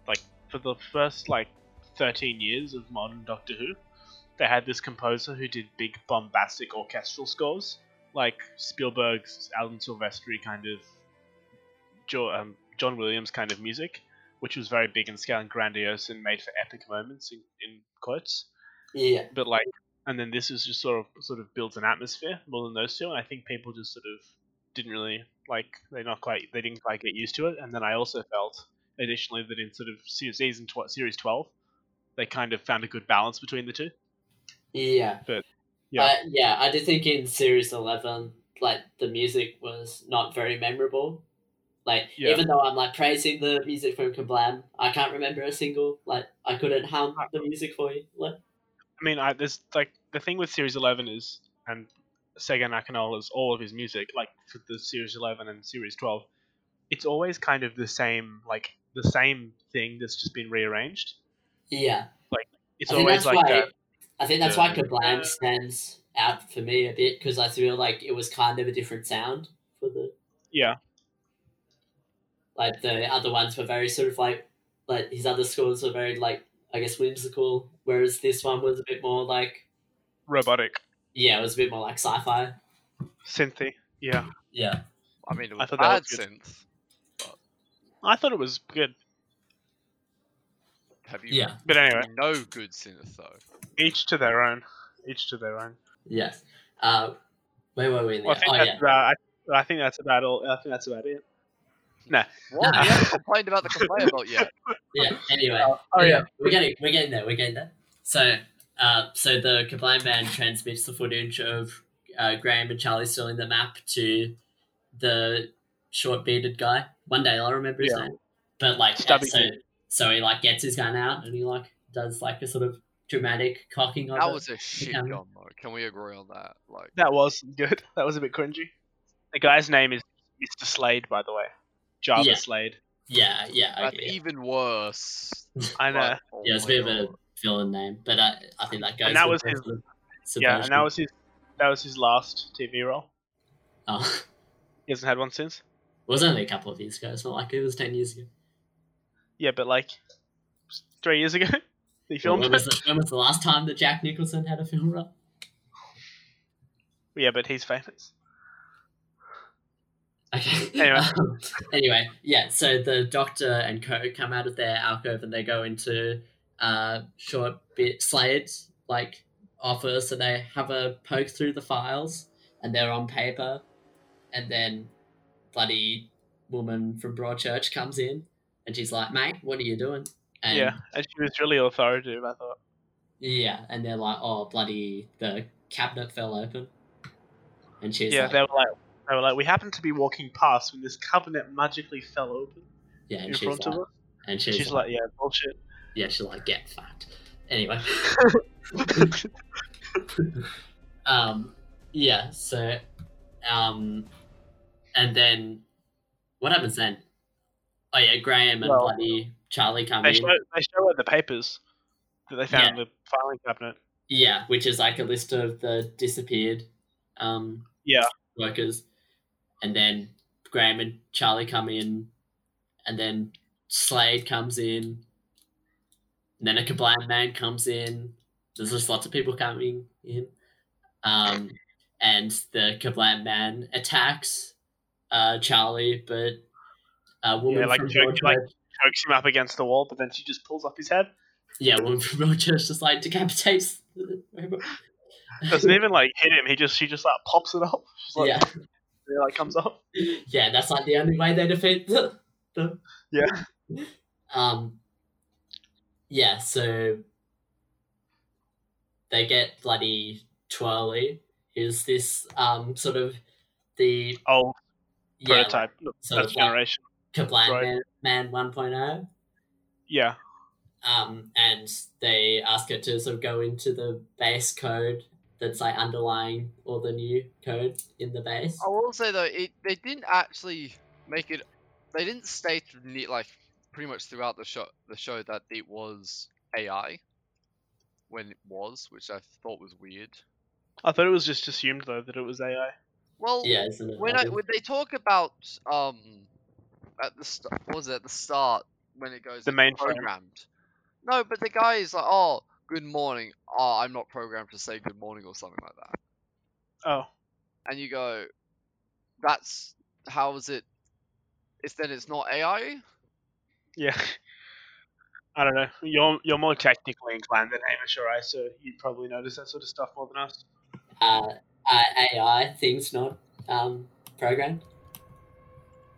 Speaker 2: like for the first like thirteen years of modern Doctor Who, they had this composer who did big bombastic orchestral scores like Spielberg's Alan Silvestri kind of jo- um, John Williams kind of music which was very big in scale and grandiose and made for epic moments in, in quotes.
Speaker 1: Yeah.
Speaker 2: But like, and then this is just sort of sort of builds an atmosphere more than those two, and I think people just sort of didn't really like they not quite they didn't quite get used to it. And then I also felt additionally that in sort of se- season tw- series twelve, they kind of found a good balance between the two.
Speaker 1: Yeah.
Speaker 2: But, yeah.
Speaker 1: I, yeah, I do think in series eleven, like the music was not very memorable. Like
Speaker 2: Yeah.
Speaker 1: even though I'm like praising the music from Kablam, I can't remember a single. Like I couldn't hum the music for you. Like,
Speaker 2: I mean, I, there's like the thing with Series Eleven is, and Sega Nakanola is all of his music, like for the Series Eleven and Series Twelve, it's always kind of the same, like the same thing that's just been rearranged.
Speaker 1: yeah,
Speaker 2: It's
Speaker 1: I think
Speaker 2: always
Speaker 1: that's
Speaker 2: like
Speaker 1: why.
Speaker 2: that.
Speaker 1: I think that's why
Speaker 2: the-
Speaker 1: Kablam stands out for me a bit because I feel like it was kind of a different sound for the
Speaker 2: Yeah,
Speaker 1: like the other ones were very sort of like like his other scores were very like I guess whimsical, whereas this one was a bit more like
Speaker 2: robotic,
Speaker 1: yeah, it was a bit more like sci-fi.
Speaker 2: synthy. Yeah,
Speaker 1: Yeah.
Speaker 3: I mean, it was
Speaker 2: thought that
Speaker 3: bad
Speaker 2: was good.
Speaker 3: synth.
Speaker 2: I thought it was good,
Speaker 3: Have you?
Speaker 1: Yeah.
Speaker 2: but anyway,
Speaker 3: No good synth though.
Speaker 2: each to their own. Each to their own.
Speaker 1: Yes. Uh, where were we? in
Speaker 2: Well, I
Speaker 1: there?
Speaker 2: think
Speaker 1: oh
Speaker 2: that's
Speaker 1: yeah.
Speaker 2: about. I, I think that's about all. I think that's about it.
Speaker 3: What?
Speaker 1: Nah.
Speaker 3: we haven't complained about the complaint about yet.
Speaker 1: Yeah. Anyway.
Speaker 2: Oh yeah,
Speaker 1: We're getting we're getting there. We're getting there. So, uh, so the Kablam man transmits the footage of uh, Graham and Charlie stealing the map to the short bearded guy. One day I'll remember his
Speaker 2: Yeah.
Speaker 1: name. But like, yeah,
Speaker 2: Stubby
Speaker 1: so,
Speaker 2: dude.
Speaker 1: so he like gets his gun out and he like does like a sort of dramatic cocking of
Speaker 3: That
Speaker 1: it.
Speaker 3: was a shit
Speaker 1: Um,
Speaker 3: gun though. Can we agree on that? Like,
Speaker 2: that was good. That was a bit cringy. The guy's name is Mr. Slade, by the way. Jarvis
Speaker 1: Yeah.
Speaker 2: Slade.
Speaker 1: yeah, yeah,
Speaker 3: that's
Speaker 1: okay, yeah.
Speaker 3: even worse.
Speaker 2: I know.
Speaker 3: Like, oh
Speaker 1: yeah. It's a
Speaker 3: my
Speaker 1: bit of a
Speaker 3: God.
Speaker 1: villain name, but I I think that goes.
Speaker 2: And that
Speaker 1: with
Speaker 2: was
Speaker 1: the
Speaker 2: his-
Speaker 1: sort of
Speaker 2: Yeah, and that
Speaker 1: subversion.
Speaker 2: was his that was his last TV role.
Speaker 1: Oh.
Speaker 2: He hasn't had one since.
Speaker 1: It was only a couple of years ago. It's not like it was ten years ago.
Speaker 2: Yeah, but like three years ago, he filmed.
Speaker 1: When was, the, when was the last time that Jack Nicholson had a film role?
Speaker 2: yeah, but he's famous.
Speaker 1: Okay.
Speaker 2: Anyway.
Speaker 1: Um, anyway, yeah. So the Doctor and Co come out of their alcove and they go into uh, short bit Slade's like office and they have a poke through the files and they're on paper, and then bloody woman from Broadchurch comes in and she's like, "Mate, what are you doing?" And
Speaker 2: yeah, and she was really authoritative. I thought.
Speaker 1: Yeah, and they're like, oh, bloody, the cabinet fell open. And she's
Speaker 2: yeah,
Speaker 1: like,
Speaker 2: they were like they were like we happened to be walking past when this cabinet magically fell open
Speaker 1: yeah,
Speaker 2: in
Speaker 1: and she's
Speaker 2: front
Speaker 1: like,
Speaker 2: of us.
Speaker 1: and she's,
Speaker 2: She's,
Speaker 1: like,
Speaker 2: like, yeah, bullshit.
Speaker 1: yeah, she's like, get fucked. Anyway, um, yeah, so, um, and then, what happens then? Oh, yeah, Graham and
Speaker 2: Well,
Speaker 1: bloody Charlie come
Speaker 2: they
Speaker 1: in.
Speaker 2: show they show her the papers that they found
Speaker 1: Yeah.
Speaker 2: in the filing cabinet.
Speaker 1: Yeah, which is like a list of the disappeared, um,
Speaker 2: Yeah.
Speaker 1: workers. and then Graham and Charlie come in, and then Slade comes in, and then a Kablam man comes in. There's just lots of people coming in, um, and the Kablam man attacks uh, Charlie, but a woman
Speaker 2: Yeah, like
Speaker 1: from
Speaker 2: joke-
Speaker 1: Broadchurch,
Speaker 2: like- Chokes him up against the wall, but then she just pulls up his head.
Speaker 1: yeah, a woman from Broadchurch just like decapitates. the robot.
Speaker 2: Doesn't even like hit him. He just she just like pops it up. She's like,
Speaker 1: yeah,
Speaker 2: it, like comes up.
Speaker 1: yeah, that's like the only way they defeat the, the
Speaker 2: Yeah.
Speaker 1: Um Yeah, so they get bloody twirly is this um sort of the
Speaker 2: Old
Speaker 1: yeah,
Speaker 2: prototype.
Speaker 1: sort
Speaker 2: That's
Speaker 1: of like
Speaker 2: generation.
Speaker 1: Kablan
Speaker 2: right.
Speaker 1: Man, Man 1.0.
Speaker 2: Yeah.
Speaker 1: Um and they ask it to sort of go into the base code that's like underlying all the new code in the base.
Speaker 3: I will say though, it they didn't actually make it. They didn't state ne- like pretty much throughout the show the show that it was AI when it was, which I thought was weird.
Speaker 2: I thought it was just assumed though that it was AI.
Speaker 3: Well,
Speaker 1: Yeah, isn't it?
Speaker 3: when I,
Speaker 1: bloody-
Speaker 3: when they talk about um at the st- what was it at the start when it goes
Speaker 2: The
Speaker 3: it's
Speaker 2: mainframe.
Speaker 3: programmed. No, but the guy is like, oh, good morning. Oh, I'm not programmed to say good morning or something like that.
Speaker 2: Oh.
Speaker 3: And you go, that's how is it? It's then it's not AI.
Speaker 2: Yeah. I don't know. You're you're more technically inclined than Amish or I, so you'd probably notice that sort of stuff more than us.
Speaker 1: uh, uh, AI things not um programmed.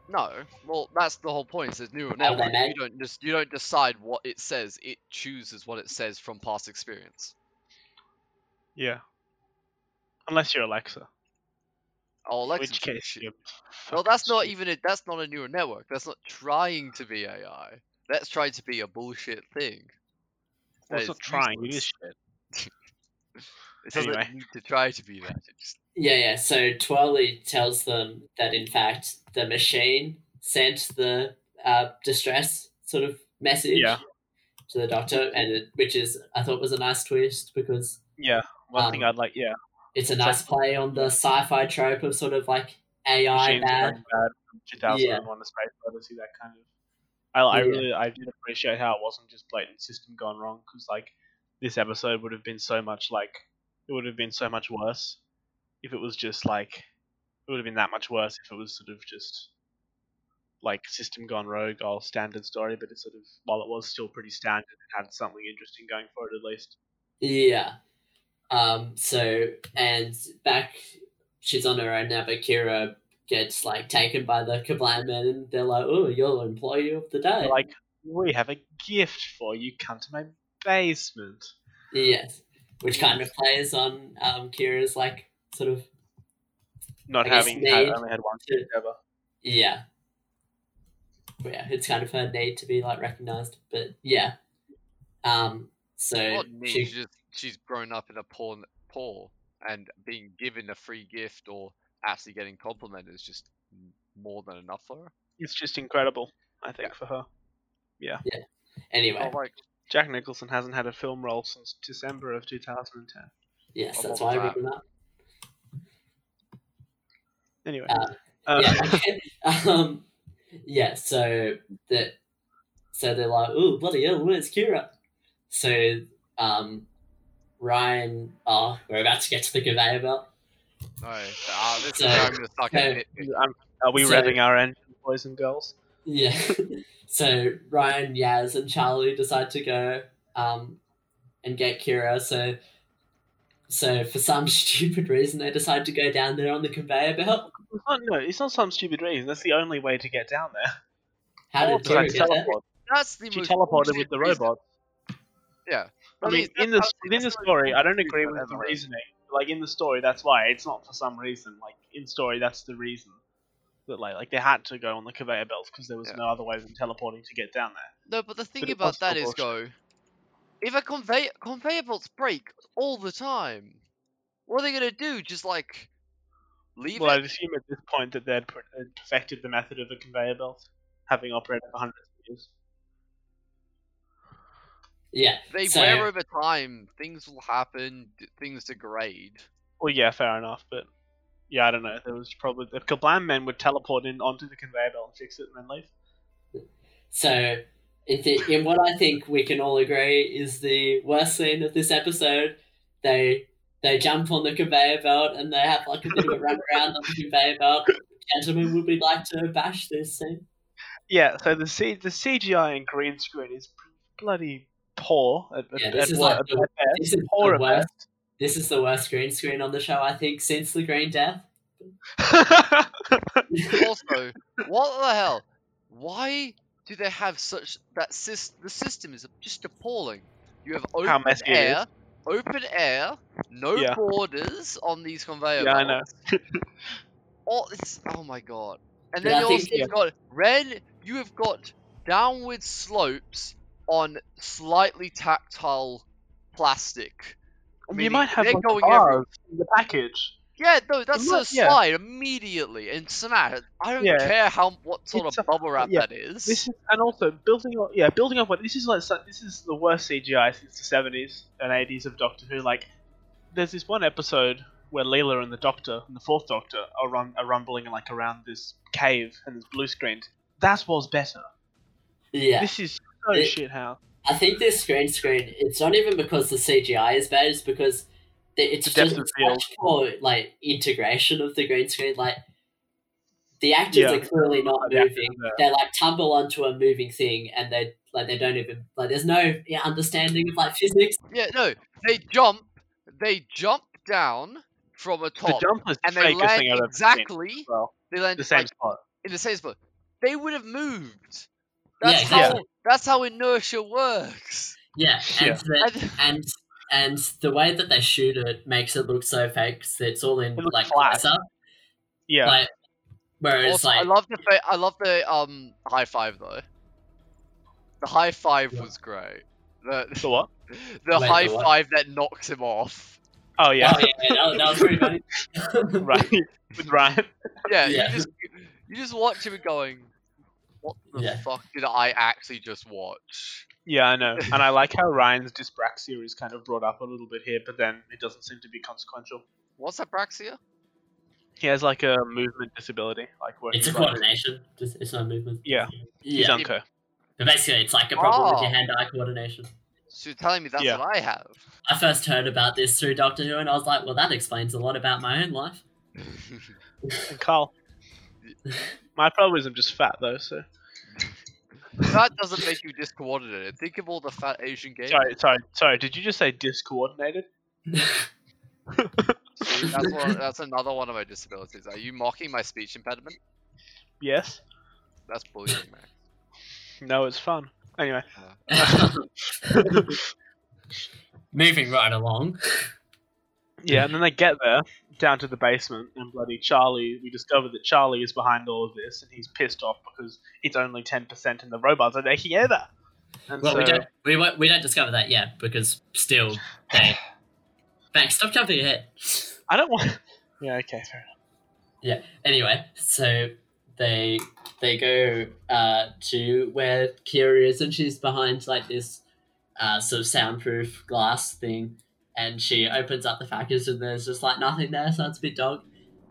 Speaker 3: No, well that's the whole point. It's a neural
Speaker 1: How they
Speaker 3: network. You
Speaker 1: make-
Speaker 3: don't just you don't decide what it says. It chooses what it says from past experience.
Speaker 2: Yeah. Unless you're Alexa.
Speaker 3: Oh,
Speaker 2: in
Speaker 3: Alexa
Speaker 2: which
Speaker 3: does
Speaker 2: case
Speaker 3: shit.
Speaker 2: you're
Speaker 3: Well,
Speaker 2: fucking
Speaker 3: that's not
Speaker 2: stupid.
Speaker 3: even a, that's not a neural network. That's not trying to be AI. That's trying to be a bullshit thing.
Speaker 2: Well,
Speaker 3: that
Speaker 2: it's
Speaker 3: is
Speaker 2: not trying, it
Speaker 3: useless.
Speaker 2: is shit.
Speaker 3: It doesn't
Speaker 2: Anyway.
Speaker 3: need to try to be that. It just,
Speaker 1: Yeah, yeah. So Twirly tells them that in fact the machine sent the uh, distress sort of message
Speaker 2: Yeah.
Speaker 1: to the doctor, and it, which is I thought was a nice twist because
Speaker 2: Yeah. One thing
Speaker 1: Um,
Speaker 2: I'd like yeah.
Speaker 1: it's a
Speaker 2: It's like-
Speaker 1: nice play on the sci-fi trope of sort of like AI
Speaker 2: Machines Are
Speaker 1: bad.
Speaker 2: Going bad from 2001 A Space Odyssey, that kind of. I, I
Speaker 1: Yeah.
Speaker 2: really I did appreciate how it wasn't just blatant system gone wrong because like this episode would have been so much like it would have been so much worse if it was just like it would have been that much worse if it was sort of just like system gone rogue or standard story but it sort of while it was still pretty standard it had something interesting going for it at least
Speaker 1: Yeah. Um, so and back she's on her own now, but Kira gets like taken by the Kablan men and they're like, Oh, you're the employee of the day.
Speaker 2: They're like we have a gift for you come to my basement
Speaker 1: Yes. Which kind of plays on um, Kira's like sort of
Speaker 2: not
Speaker 1: I guess
Speaker 2: having had,
Speaker 1: made
Speaker 2: only had one
Speaker 1: to-
Speaker 2: ever
Speaker 1: yeah. But yeah, it's kind of her need to be like recognized, but yeah. Um so
Speaker 3: not
Speaker 1: she-
Speaker 3: needs, just she's grown up in a poor n- poor and being given a free gift or actually getting complimented is just m- more than enough for her.
Speaker 2: it's just incredible. I think for her,
Speaker 1: anyway,
Speaker 3: Oh, like
Speaker 2: Jack Nicholson hasn't had a film role since December of 2010.
Speaker 1: yes,
Speaker 3: I'm
Speaker 1: that's
Speaker 3: all
Speaker 1: why I
Speaker 3: for
Speaker 1: bring them up.
Speaker 2: Anyway,
Speaker 1: Uh,
Speaker 2: uh,
Speaker 1: Yeah. um yeah, so that so they're like, oh bloody hell, where's Kira? So um Ryan oh, we're about to get to the conveyor belt.
Speaker 3: no, uh, this is
Speaker 1: So-
Speaker 3: where I'm gonna suck
Speaker 1: so-
Speaker 3: at it.
Speaker 2: um, are we
Speaker 1: So-
Speaker 2: revving our engine, boys and girls?
Speaker 1: Yeah. so Ryan, Yaz, and Charlie decide to go um, and get Kira. So, so for some stupid reason, they decide to go down there on the conveyor belt.
Speaker 2: It's not- no, it's not some stupid reason. That's the only way to get down there.
Speaker 1: How did
Speaker 2: Also,
Speaker 1: Kira
Speaker 2: she
Speaker 1: get there?
Speaker 2: teleported.
Speaker 3: That's the
Speaker 2: She
Speaker 3: most
Speaker 2: teleported
Speaker 3: bullshit
Speaker 2: with the
Speaker 3: reason.
Speaker 2: robot.
Speaker 3: Yeah,
Speaker 2: I
Speaker 3: But
Speaker 2: mean,
Speaker 3: it's-
Speaker 2: in the
Speaker 3: that's-
Speaker 2: in the
Speaker 3: that's the most
Speaker 2: story, I don't
Speaker 3: bullshit
Speaker 2: agree
Speaker 3: reason
Speaker 2: with the
Speaker 3: ever.
Speaker 2: reasoning. Like in the story, that's why it's not for some reason. Like in story, that's the reason that like like they had to go on the conveyor belt because there was
Speaker 3: Yeah.
Speaker 2: no other way than teleporting to get down there.
Speaker 3: No, but the thing
Speaker 2: But it
Speaker 3: about
Speaker 2: was
Speaker 3: that
Speaker 2: still
Speaker 3: is, go, if a conveyor conveyor belts break all the time, what are they gonna do? Just like leave
Speaker 2: Well, I'd
Speaker 3: it?
Speaker 2: assume at this point that they'd per- they'd perfected the method of a conveyor belt, having operated for hundreds of years.
Speaker 1: Yeah.
Speaker 3: They
Speaker 1: so-
Speaker 3: wear over time. Things will happen. d- Things degrade.
Speaker 2: Well, yeah, fair enough, but Yeah, I don't know. There was probably the Kablam men would teleport in onto the conveyor belt and fix it, and then leave.
Speaker 1: So, in, th- in what I think we can all agree is the worst scene of this episode, they they jump on the conveyor belt and they have like a bit of a run around on the conveyor belt. Gentlemen, would we like to bash this scene?
Speaker 2: Yeah, so the C- the CGI and green screen is bloody poor. At,
Speaker 1: Yeah,
Speaker 2: at,
Speaker 1: this
Speaker 2: at
Speaker 1: is
Speaker 2: wor-
Speaker 1: like
Speaker 2: at
Speaker 1: the-
Speaker 2: best.
Speaker 1: This is
Speaker 2: Poor
Speaker 1: the
Speaker 2: at
Speaker 1: worst. This is the worst green screen on the show, I think, since the Green Death.
Speaker 2: best.
Speaker 3: also, what the hell? Why do they have such that system? The system is just appalling. You have open
Speaker 2: How messy it is.
Speaker 3: air, open air, no
Speaker 2: Yeah.
Speaker 3: borders on these conveyor
Speaker 2: Yeah, I
Speaker 3: belts.
Speaker 2: know.
Speaker 3: All this, oh my god! And
Speaker 1: Yeah,
Speaker 3: then
Speaker 1: I
Speaker 3: you
Speaker 1: think-
Speaker 3: also have got red. You have got downward slopes on slightly tactile plastic.
Speaker 2: you
Speaker 3: Meaning
Speaker 2: might have
Speaker 3: they're
Speaker 2: like,
Speaker 3: going everywhere.
Speaker 2: bars in the package.
Speaker 3: Yeah, no, that's
Speaker 2: not-
Speaker 3: a
Speaker 2: yeah.
Speaker 3: slide immediately and snap. I don't
Speaker 2: Yeah.
Speaker 3: care how what sort
Speaker 2: It's a-
Speaker 3: of bubble wrap
Speaker 2: yeah.
Speaker 3: that is.
Speaker 2: This is, and also building on yeah building off what this is like so- this is the worst CGI since the seventies and eighties of Doctor Who. Like there's this one episode where Leela and the Doctor and the Fourth Doctor are run are rumbling like around this cave and it's blue screened. That was better.
Speaker 1: Yeah.
Speaker 2: This is so
Speaker 1: It-
Speaker 2: shit house.
Speaker 1: I think this green screen, it's not even because the CGI is bad, it's because the, it's
Speaker 2: The depth
Speaker 1: just
Speaker 2: of
Speaker 1: it's
Speaker 2: field.
Speaker 1: such poor like integration of the green screen. Like the actors
Speaker 2: Yeah.
Speaker 1: are clearly not
Speaker 2: The actors
Speaker 1: moving.
Speaker 2: are-
Speaker 1: They like tumble onto a moving thing and they like they don't even like there's no yeah, understanding of like physics.
Speaker 3: Yeah, no, they jump, they jump down from a
Speaker 2: The
Speaker 3: top,
Speaker 2: jump was
Speaker 3: and
Speaker 2: the
Speaker 3: they
Speaker 2: fakest
Speaker 3: land
Speaker 2: thing I've ever seen.
Speaker 3: exactly.
Speaker 2: Well,
Speaker 3: They land
Speaker 2: the same
Speaker 3: like,
Speaker 2: spot.
Speaker 3: in the same spot. They would have moved. That's
Speaker 1: Yeah,
Speaker 3: how. That's how inertia works.
Speaker 1: Yeah. And,
Speaker 2: Yeah.
Speaker 1: The,
Speaker 3: And-
Speaker 1: and and the way that they shoot it makes it look so fake 'cause it's all in
Speaker 2: It looks
Speaker 1: like
Speaker 2: flat.
Speaker 1: close up.
Speaker 2: Yeah,
Speaker 1: Like whereas
Speaker 3: also,
Speaker 1: like
Speaker 3: I love the. Fa- I love the um high five though. The high five
Speaker 1: Yeah.
Speaker 3: was great. The
Speaker 2: the what?
Speaker 3: the
Speaker 1: the
Speaker 3: high
Speaker 1: what?
Speaker 3: five that knocks him off.
Speaker 2: Oh yeah,
Speaker 1: Oh yeah, that, was- that was pretty funny.
Speaker 2: right with Ryan.
Speaker 3: Yeah,
Speaker 1: Yeah.
Speaker 3: you just you just watch him going, what the
Speaker 1: Yeah.
Speaker 3: fuck did I actually just watch?
Speaker 2: Yeah, I know, and I like how Ryan's dyspraxia is kind of brought up a little bit here, but then it doesn't seem to be consequential.
Speaker 3: What's apraxia?
Speaker 2: He has like a movement disability, like working.
Speaker 1: It's a coordination. Just, it's not movement.
Speaker 2: Yeah. He's
Speaker 1: Yeah.
Speaker 2: unco.
Speaker 1: But basically, it's like a problem with your
Speaker 3: Oh.
Speaker 1: hand-eye coordination.
Speaker 3: So you're telling me that's
Speaker 2: Yeah.
Speaker 3: what I have?
Speaker 1: I first heard about this through Doctor Who, and I was like, "Well, that explains a lot about my own life."
Speaker 2: And Carl. My problem is I'm just fat though, so
Speaker 3: that doesn't make you discoordinated. Think of all the fat Asian games.
Speaker 2: sorry, sorry, sorry. Did you just say discoordinated?
Speaker 3: See, that's, one, that's another one of my disabilities. Are you mocking my speech impediment?
Speaker 2: Yes.
Speaker 3: That's bullying, man.
Speaker 2: No, it's fun. Anyway,
Speaker 1: Moving right along.
Speaker 2: yeah, and then they get there down to the basement, and bloody Charlie. We discover that Charlie is behind all of this, and he's pissed off because it's only ten percent, and the robots are together. And
Speaker 1: Well,
Speaker 2: so,
Speaker 1: we don't we, won't- we don't discover that yet because still, they... Banks, stop jumping your head.
Speaker 2: I don't want. Yeah, okay, fair enough.
Speaker 1: Anyway, so they they go uh, to where Kira is, and she's behind like this uh, sort of soundproof glass thing, and she opens up the package, and there's just like nothing there, so it's a bit dog.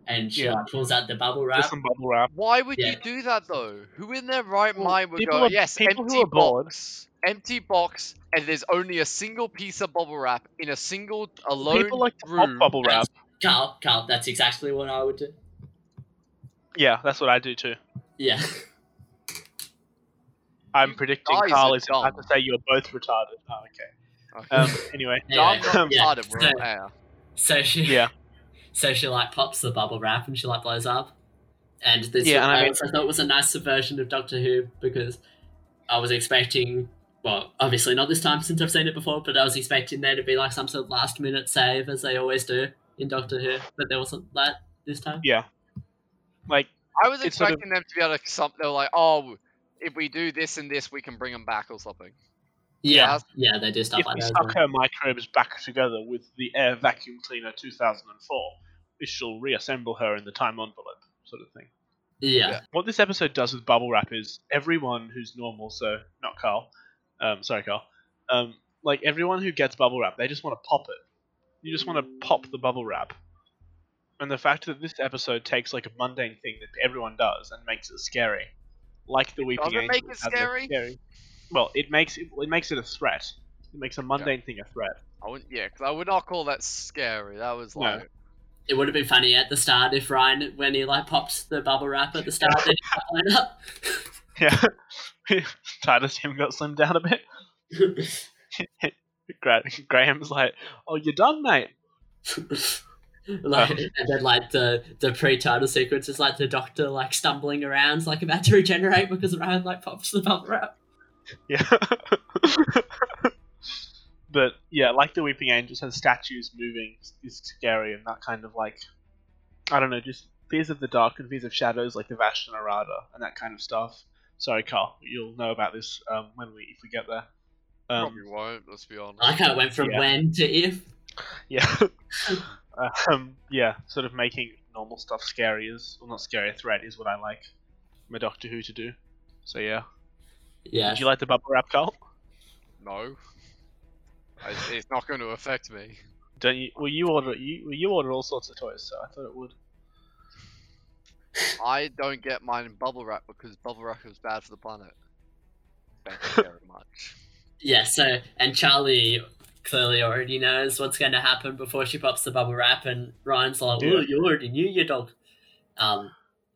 Speaker 1: And she
Speaker 2: Yeah.
Speaker 1: like, pulls out the bubble wrap.
Speaker 2: Just some bubble wrap.
Speaker 3: Why would you
Speaker 1: Yeah.
Speaker 3: do that though? Who in their right
Speaker 2: Well,
Speaker 3: mind would
Speaker 2: people
Speaker 3: go,
Speaker 2: are-
Speaker 3: yes,
Speaker 2: people who
Speaker 3: empty
Speaker 2: are bored."
Speaker 3: box, empty box, and there's only a single piece of bubble wrap in a single alone
Speaker 2: People like to pop
Speaker 3: room?
Speaker 2: bubble wrap.
Speaker 1: Carl, Carl, that's exactly what I would do.
Speaker 2: Yeah, that's what I do too.
Speaker 1: Yeah,
Speaker 2: I'm predicting
Speaker 3: guys
Speaker 2: Carl
Speaker 3: are
Speaker 2: is about
Speaker 3: dumb.
Speaker 2: to say you're both retarded. Oh, okay.
Speaker 3: Okay.
Speaker 2: Um, anyway,
Speaker 3: No, I'm
Speaker 1: Anyway,
Speaker 3: not
Speaker 2: Yeah.
Speaker 3: retarded, we're on air.
Speaker 1: so she
Speaker 2: yeah,
Speaker 1: so she like pops the bubble wrap, and she like blows up. And this
Speaker 2: Yeah, and I
Speaker 1: I,
Speaker 2: mean-
Speaker 1: also thought was a nice subversion of Doctor Who because I was expecting, well, obviously not this time since I've seen it before, but I was expecting there to be like some sort of last minute save as they always do in Doctor Who, but there wasn't that this time.
Speaker 2: yeah. Like,
Speaker 3: I was
Speaker 2: It's sort of-
Speaker 3: expecting them to be able to something they were like, oh, if we do this and this, we can bring them back or something.
Speaker 1: Yeah, yeah, they do stuff
Speaker 2: if
Speaker 1: like
Speaker 2: we
Speaker 1: that. as
Speaker 2: suck
Speaker 1: well.
Speaker 2: her microbes back together with the air vacuum cleaner 2004, it shall reassemble her in the time envelope, sort of thing.
Speaker 1: Yeah.
Speaker 3: Yeah.
Speaker 2: What this episode does with bubble wrap is everyone who's normal, so not Carl, um, sorry Carl, um, like everyone who gets bubble wrap, they just want to pop it. You just want to pop the bubble wrap, and the fact that this episode takes like a mundane thing that everyone does and makes it scary, like the weeping
Speaker 3: Does it
Speaker 2: angel.
Speaker 3: make it
Speaker 2: had looked
Speaker 3: scary?
Speaker 2: Well, it makes it, it makes it a threat. It makes a mundane thing a threat.
Speaker 3: I wouldn't. Yeah, 'cause I would not call that scary. That was
Speaker 2: No.
Speaker 3: like.
Speaker 1: It would have been funny at the start if Ryan, when he like popped the bubble wrap at the start, they didn't line up.
Speaker 2: Yeah, Titus him got slimmed down a bit. Gra- Graham's like, "Oh, you're done, mate."
Speaker 1: like, and then like the the pre-title sequence is like the doctor like stumbling around like about to regenerate because Ryan like pops the bubble wrap.
Speaker 2: Yeah. but yeah, like the Weeping Angels has statues moving is scary and that kind of like I don't know, just fears of the dark and fears of shadows like the Vashnarada and that kind of stuff. Sorry, Carl, you'll know about this um, when we if we get there. Um,
Speaker 3: probably won't. Let's be honest.
Speaker 1: I like how it went from
Speaker 2: Yeah.
Speaker 1: when to if.
Speaker 2: yeah. um, yeah, sort of making normal stuff scary is well not scary a threat is what I like my Doctor Who to do. So yeah.
Speaker 1: Yeah.
Speaker 2: Did you like the bubble wrap, Carl?
Speaker 3: No. I, it's not going to affect me.
Speaker 2: Don't you? Well, you order you well, you order all sorts of toys, so I thought it would.
Speaker 3: I don't get mine in bubble wrap because bubble wrap is bad for the planet. Thank you very much.
Speaker 1: yeah. So and Charlie clearly already knows what's going to happen before she pops the bubble wrap, and Ryan's like, "Oh,
Speaker 2: Yeah.
Speaker 1: you already knew your dog." Um.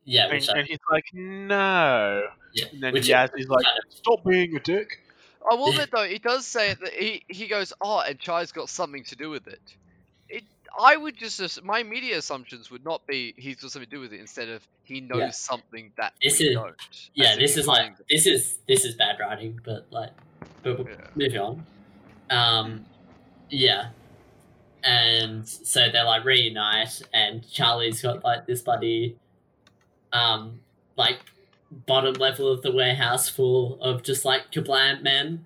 Speaker 1: Yeah.
Speaker 2: And,
Speaker 1: Which I,
Speaker 2: and he's like, no.
Speaker 1: yeah.
Speaker 2: And then
Speaker 1: Which-
Speaker 2: Yaz is like,
Speaker 1: kind
Speaker 2: stop being a dick.
Speaker 3: I will admit Oh, though, he does say that he he goes, oh, and Chai's got something to do with it. It, I would just ass- my media assumptions would not be he's got something to do with it instead of he knows
Speaker 1: Yeah.
Speaker 3: something that
Speaker 1: This
Speaker 3: we
Speaker 1: is-
Speaker 3: don't. as
Speaker 1: yeah.
Speaker 3: if
Speaker 1: This
Speaker 3: he's
Speaker 1: is like
Speaker 3: saying that-
Speaker 1: this is this is bad writing, but like, but we'll
Speaker 3: yeah.
Speaker 1: moving on. Um, yeah. And so they like reunite, and Charlie's got like this bloody, um, like bottom level of the warehouse full of just like kablam men.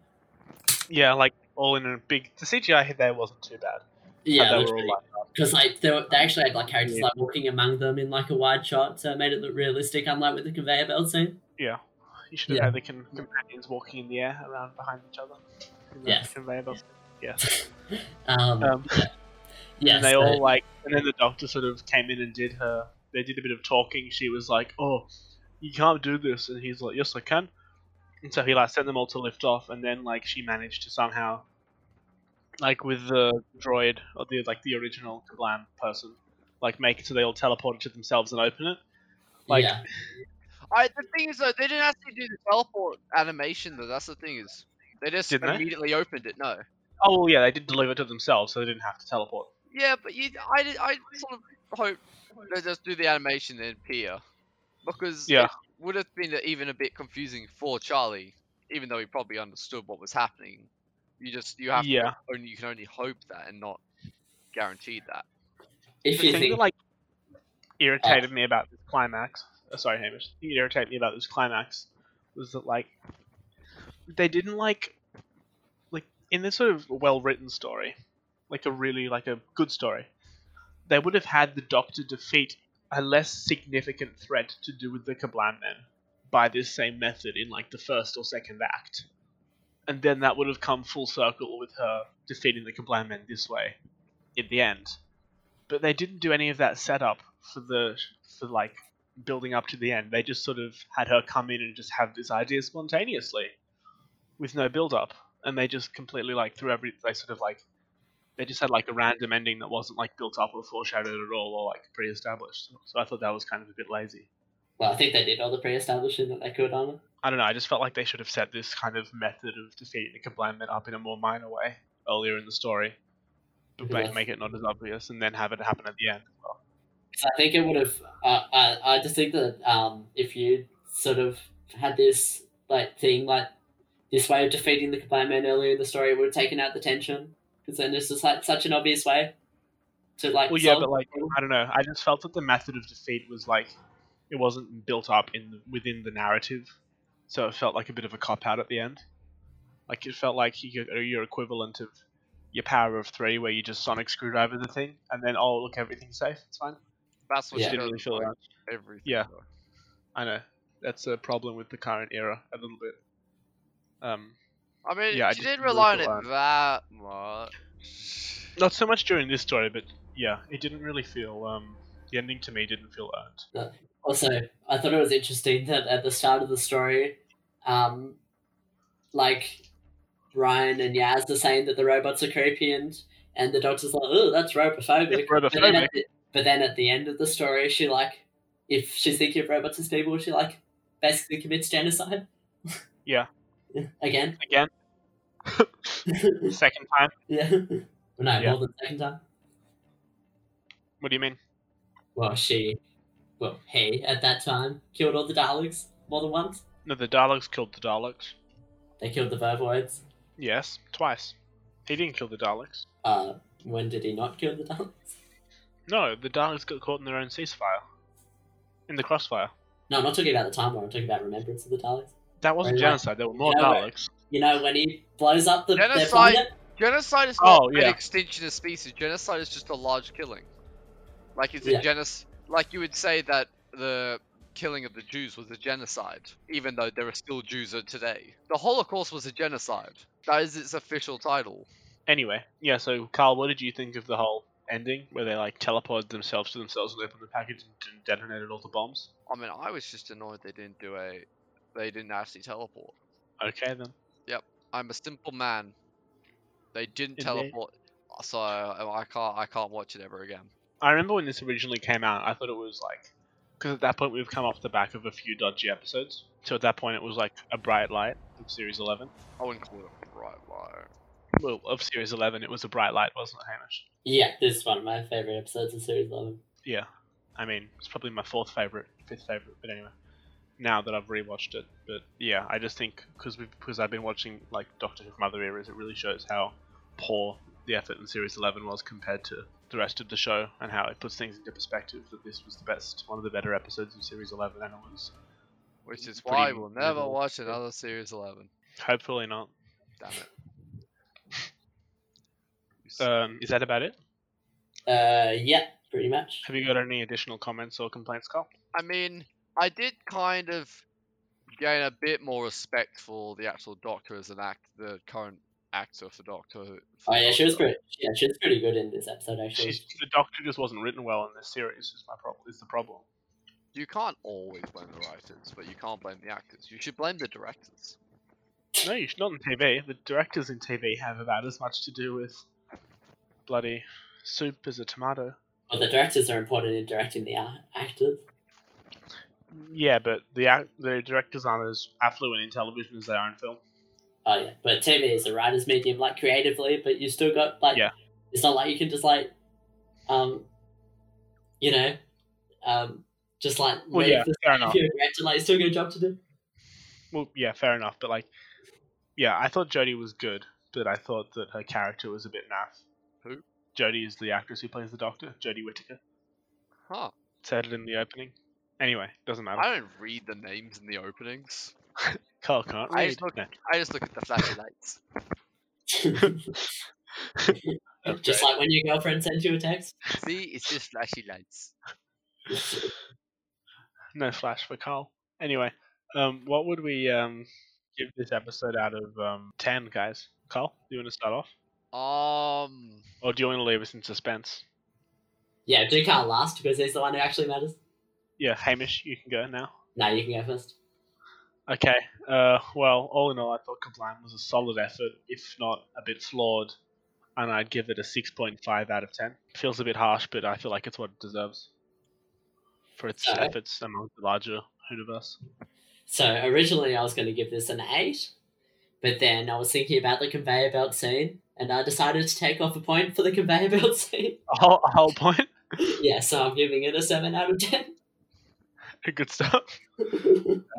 Speaker 2: Yeah, like all in a big. The CGI hit there wasn't too bad.
Speaker 1: Yeah,
Speaker 2: But they were all
Speaker 1: literally.
Speaker 2: like,
Speaker 1: Because like they, were, they actually had like characters
Speaker 2: Yeah.
Speaker 1: like walking among them in like a wide shot, so it made it look realistic, unlike with the conveyor belt scene.
Speaker 2: yeah. You should have
Speaker 1: Yeah.
Speaker 2: had the com- companions walking in the air around behind each other. in the
Speaker 1: Yes.
Speaker 2: Conveyor belt.
Speaker 1: Um,
Speaker 2: Um,
Speaker 1: yeah,
Speaker 2: and they
Speaker 1: so-
Speaker 2: all like, and then the doctor sort of came in and did her. They did a bit of talking. She was like, "Oh, you can't do this," and he's like, "Yes, I can." And so he like sent them all to lift off, and then like she managed to somehow, like with the droid or the like the original Kablam person, like make it so they all teleported to themselves and open it. Like,
Speaker 1: yeah,
Speaker 3: I, the thing is though, they didn't actually do the teleport animation though. That's the thing is, they just
Speaker 2: Didn't they?
Speaker 3: immediately opened it. No.
Speaker 2: oh well, yeah, they did deliver it to themselves, so they didn't have to teleport.
Speaker 3: Yeah, but you, I, did- I sort of hope they just do the animation in Pier, because
Speaker 2: Yeah.
Speaker 3: it would have been even a bit confusing for Charlie, even though he probably understood what was happening. You just you have
Speaker 2: Yeah.
Speaker 3: to only you can only hope that and not guaranteed that.
Speaker 1: if
Speaker 2: The
Speaker 1: you
Speaker 2: thing
Speaker 1: think
Speaker 2: that like irritated me about this climax. uh, sorry, Hamish. The thing that irritated me about this climax was that like they didn't like like in this sort of well written story, like a really like a good story, they would have had the Doctor defeat a less significant threat to do with the Kablan Men by this same method in like the first or second act. And then that would have come full circle with her defeating the Kablan Men this way in the end but they didn't do any of that setup for the for like building up to the end. They just sort of had her come in and just have this idea spontaneously, with no build up, and they just completely like threw every. They sort of like they just had like a random ending that wasn't like built up or foreshadowed at all or like pre-established. So I thought that was kind of a bit lazy.
Speaker 1: well, I think they did all the pre-establishing that they could on it.
Speaker 2: I don't know. I just felt like they should have set this kind of method of defeating the Kablamit up in a more minor way earlier in the story, but
Speaker 1: Yeah.
Speaker 2: make, make it not as obvious, and then have it happen at the end. as Well,
Speaker 1: So I think it would have. Uh, I I just think that um, if you sort of had this like thing like this way of defeating the Kablam Man earlier in the story, it would have taken out the tension because then it's just like such an obvious way to like.
Speaker 2: Well, yeah,
Speaker 1: solve
Speaker 2: but like
Speaker 1: the problem.
Speaker 2: I don't know. I just felt that the method of defeat was like it wasn't built up in the, within the narrative, so it felt like a bit of a cop out at the end. Like it felt like you, your equivalent of your power of three, where you just sonic screwdriver the thing, and then oh look, everything's safe. It's fine.
Speaker 3: That's what
Speaker 1: Yeah.
Speaker 3: she
Speaker 2: Didn't
Speaker 3: does
Speaker 2: really feel
Speaker 3: with
Speaker 2: that.
Speaker 3: everything.
Speaker 2: Yeah.
Speaker 3: though.
Speaker 2: I know that's a problem with the current era a little bit. Um,
Speaker 3: I mean,
Speaker 2: Yeah, I
Speaker 3: she
Speaker 2: just
Speaker 3: didn't
Speaker 2: really
Speaker 3: rely on
Speaker 2: feel
Speaker 3: it that much.
Speaker 2: not so much during this story, but yeah, it didn't really feel um The ending to me didn't feel earned.
Speaker 1: Also, I thought it was interesting that at the start of the story, um, like Ryan and Yaz are saying that the robots are creepy, and and the doctor's like, "Oh, that's robophobic."
Speaker 2: It's
Speaker 1: But then,
Speaker 2: robophobic.
Speaker 1: at the, but then at the end of the story, she like, if she's thinking of robots as people, she like basically commits genocide.
Speaker 2: Yeah.
Speaker 1: Again.
Speaker 2: Again, second time.
Speaker 1: yeah. Well, no,
Speaker 2: Yeah.
Speaker 1: more than second time.
Speaker 2: What do you mean?
Speaker 1: Well, she, well, he at that time killed all the Daleks more than once.
Speaker 2: No, the Daleks killed the Daleks.
Speaker 1: They killed the Vervoids.
Speaker 2: Yes, twice. He didn't kill the Daleks.
Speaker 1: Uh, when did he not kill the Daleks?
Speaker 2: No, the Daleks got caught in their own ceasefire. In the crossfire.
Speaker 1: No, I'm not talking about the Time War. I'm talking about Remembrance of the Daleks.
Speaker 2: That wasn't
Speaker 1: Right, right.
Speaker 2: genocide. There were more
Speaker 1: Yeah, right.
Speaker 2: Daleks.
Speaker 1: You know when he blows up the their
Speaker 3: Genocide.
Speaker 1: planet.
Speaker 3: Genocide is not
Speaker 2: Oh,
Speaker 3: an
Speaker 2: yeah.
Speaker 3: extinction of species. Genocide is just a large killing. Like it's
Speaker 1: Yeah.
Speaker 3: a genos. Like you would say that the killing of the Jews was a genocide, even though there are still Jews of today. The Holocaust was a genocide. That is its official title.
Speaker 2: Anyway, yeah. So, Carl, what did you think of the whole ending where they like teleported themselves to themselves and opened the package and, and detonated all the bombs?
Speaker 3: I mean, I was just annoyed they didn't do a. They didn't actually teleport.
Speaker 2: Okay then.
Speaker 3: I'm a simple man. They didn't
Speaker 2: Indeed.
Speaker 3: teleport, so I can't. I can't watch it ever again.
Speaker 2: I remember when this originally came out, I thought it was like because at that point we've come off the back of a few dodgy episodes. So at that point it was like a bright light of series eleven.
Speaker 3: I wouldn't call it a bright light.
Speaker 2: Well, of series eleven, it was a bright light, wasn't it, Hamish?
Speaker 1: Yeah, this is one of my favorite episodes of series eleven.
Speaker 2: Yeah. I mean, it's probably my fourth favorite, fifth favorite, but anyway. Now that I've rewatched it, but yeah, I just think because we've because I've been watching like Doctor Who from other eras, it really shows how poor the effort in series eleven was compared to the rest of the show, and how it puts things into perspective. That this was the best, one of the better episodes of series eleven, and it was
Speaker 3: Which is
Speaker 2: Pretty
Speaker 3: why we'll never
Speaker 2: minimal.
Speaker 3: watch another Series 11.
Speaker 2: hopefully not.
Speaker 3: Damn it.
Speaker 2: Um, is that about it?
Speaker 1: Uh, yeah, pretty much.
Speaker 2: Have you got any additional comments or complaints, Carl?
Speaker 3: I mean, I did kind of gain a bit more respect for the actual Doctor as an act, the current actor for Doctor. Who- for
Speaker 1: Oh yeah, she was
Speaker 3: Doctor.
Speaker 1: pretty. Yeah, she was pretty good in this episode actually.
Speaker 2: She's, the Doctor just wasn't written well in this series. Is my problem? Is the problem?
Speaker 3: You can't always blame the writers, but you can't blame the actors. You should blame the directors.
Speaker 2: No, you should not in TV. The directors in TV have about as much to do with bloody soup as a tomato.
Speaker 1: Well, the directors are important in directing the a- actors.
Speaker 2: Yeah, but the ac- the directors aren't as affluent in television as they are in film.
Speaker 1: Oh yeah, but TV is a writer's medium, like creatively, but you still got like
Speaker 2: Yeah.
Speaker 1: it's not like you can just like, um, you know, um, just like
Speaker 2: Well,
Speaker 1: leave
Speaker 2: yeah,
Speaker 1: the-
Speaker 2: fair
Speaker 1: if
Speaker 2: enough.
Speaker 1: you're a director, like you still got a job to do.
Speaker 2: Well, yeah, fair enough. But like, yeah, I thought Jodie was good, but I thought that her character was a bit naff.
Speaker 3: Who?
Speaker 2: Jodie is the actress who plays the Doctor, Jodie Whittaker.
Speaker 3: Huh.
Speaker 2: Said it in the opening. Anyway, doesn't matter.
Speaker 3: I don't read the names in the openings.
Speaker 2: Carl can't
Speaker 3: I
Speaker 2: read.
Speaker 3: just look-
Speaker 2: No.
Speaker 3: I just look at the flashlights. lights.
Speaker 2: That's
Speaker 1: just
Speaker 2: great.
Speaker 1: like when your girlfriend sends you a text.
Speaker 3: See, it's just flashy lights.
Speaker 2: no flash for Carl. Anyway, um, what would we um, give this episode out of um, 10, guys? Carl, do you want to start off?
Speaker 3: Um,
Speaker 2: Or do you want to leave us in suspense?
Speaker 1: Yeah, do count last because he's the one who actually matters.
Speaker 2: Yeah, Hamish, you can go now.
Speaker 1: No, you can go first.
Speaker 2: Okay, uh, well, all in all, I thought Compliant was a solid effort, if not a bit flawed, and I'd give it a 6.5 out of 10. Feels a bit harsh, but I feel like it's what it deserves for its uh,
Speaker 1: Alright.
Speaker 2: efforts among the larger universe.
Speaker 1: So originally I was going to give this an eight, but then I was thinking about the conveyor belt scene, and I decided to take off a point for the conveyor belt scene.
Speaker 2: A whole, a whole point?
Speaker 1: yeah, so I'm giving it a seven out of ten.
Speaker 2: Good stuff.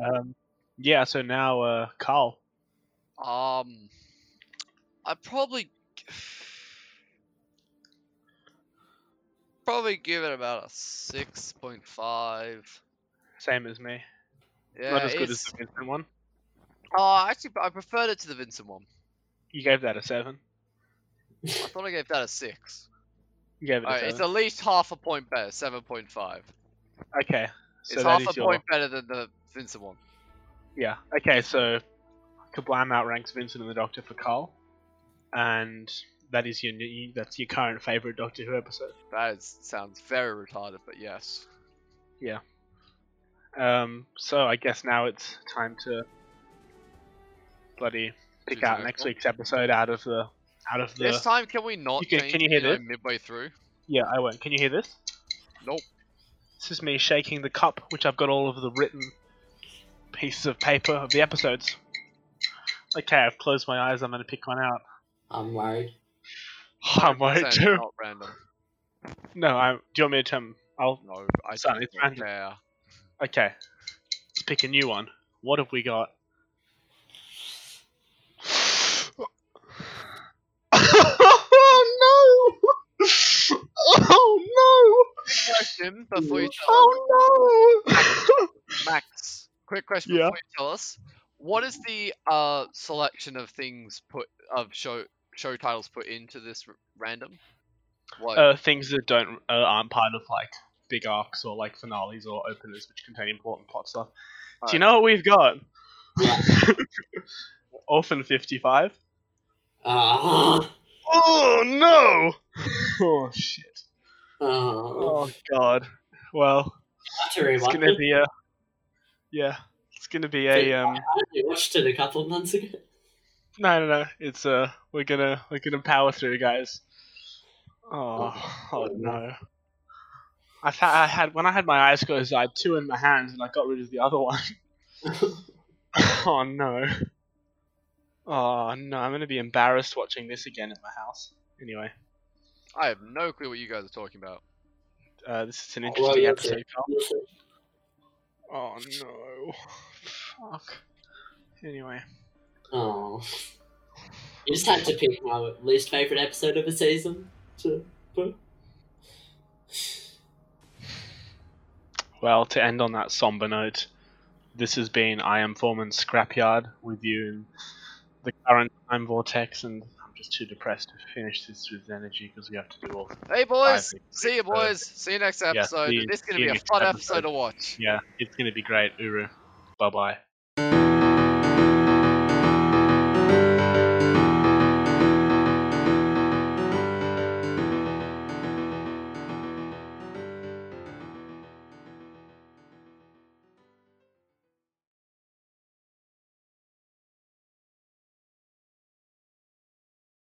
Speaker 2: Um, yeah, so now, uh, Carl,
Speaker 3: Um, I probably probably give it about a six point five.
Speaker 2: Same as me.
Speaker 3: Yeah,
Speaker 2: Not as good as
Speaker 3: it's-
Speaker 2: the Vincent one.
Speaker 3: oh, actually, but I preferred it to the Vincent one.
Speaker 2: You gave that a seven.
Speaker 3: I thought I gave that a six.
Speaker 2: You gave it a
Speaker 3: Alright, it's
Speaker 2: seven.
Speaker 3: at least half a point better, seven point five.
Speaker 2: Okay. So
Speaker 3: It's
Speaker 2: that
Speaker 3: half
Speaker 2: is
Speaker 3: a
Speaker 2: your-
Speaker 3: point better than the Vincent one.
Speaker 2: Yeah. Okay, so Kablam outranks Vincent and the Doctor for Carl. And that is your new, that's your current favorite Doctor Who episode.
Speaker 3: That is, sounds very retarded, but yes.
Speaker 2: Um, so I guess now it's time to bloody pick
Speaker 3: Do
Speaker 2: out
Speaker 3: the
Speaker 2: next
Speaker 3: next one.
Speaker 2: week's episode out of the out of the.
Speaker 3: This time, can we not?
Speaker 2: You can-
Speaker 3: change,
Speaker 2: can you hear
Speaker 3: know,
Speaker 2: this?
Speaker 3: midway through?
Speaker 2: Yeah, I won't. Can you hear this?
Speaker 3: Nope.
Speaker 2: This is me shaking the cup, which I've got all of the written pieces of paper of the episodes. Okay, I've closed my eyes. I'm gonna pick one out.
Speaker 1: I'm worried.
Speaker 2: I'm worried
Speaker 3: 100%
Speaker 2: too.
Speaker 3: Not random.
Speaker 2: No, I, do you want me to? Um, I'll
Speaker 3: No, I
Speaker 2: Son,
Speaker 3: don't
Speaker 2: it's random.
Speaker 3: care.
Speaker 2: Okay. Let's pick a new one. What have we got? oh no! Oh
Speaker 3: Question
Speaker 2: no!
Speaker 3: before you tell us.
Speaker 2: Oh no!
Speaker 3: Max, quick question
Speaker 2: Yeah.
Speaker 3: before you tell us. What is the uh selection of things put of show show titles put into this r- random? What?
Speaker 2: uh, things that don't uh, aren't part of like big arcs or like finales or openers which contain important plot stuff. Do you
Speaker 3: Alright.
Speaker 2: know what we've got?
Speaker 1: Yeah.
Speaker 2: Orphan fifty five.
Speaker 1: Ah.
Speaker 2: Oh no! oh shit!
Speaker 1: Oh,
Speaker 2: Oh god. Well,
Speaker 1: to
Speaker 2: it's
Speaker 1: rewatch
Speaker 2: gonna
Speaker 1: it.
Speaker 2: be a yeah. It's gonna be a um.
Speaker 1: I only watched it a couple of months ago.
Speaker 2: No, no, no. It's uh. We're gonna we're gonna power through, guys. Oh, oh no. I had I had when I had my eyes closed, I had two in my hands, and I got rid of the other one. oh no. Oh no, I'm gonna be embarrassed watching this again at my house. Anyway,
Speaker 3: I have no clue what you guys are talking about.
Speaker 2: uh, this is an
Speaker 1: Oh,
Speaker 2: interesting
Speaker 1: well, that's
Speaker 2: episode. Carl.
Speaker 1: Listen,
Speaker 2: Oh no. Fuck. Anyway.
Speaker 1: Oh. You just had to pick my least favourite episode of a season to put.
Speaker 2: Well, to end on that somber note, this has been I Am Foreman's Scrapyard with you in the current time vortex, and I'm just too depressed to finish this with energy because we have to do all.
Speaker 3: Hey boys,
Speaker 2: think
Speaker 3: see you
Speaker 2: so.
Speaker 3: boys. See you next episode.
Speaker 2: see you-
Speaker 3: this is
Speaker 2: see
Speaker 3: gonna
Speaker 2: you
Speaker 3: be a
Speaker 2: next
Speaker 3: fun
Speaker 2: episode.
Speaker 3: episode to watch.
Speaker 2: Yeah, it's gonna be great, Uru. Bye bye.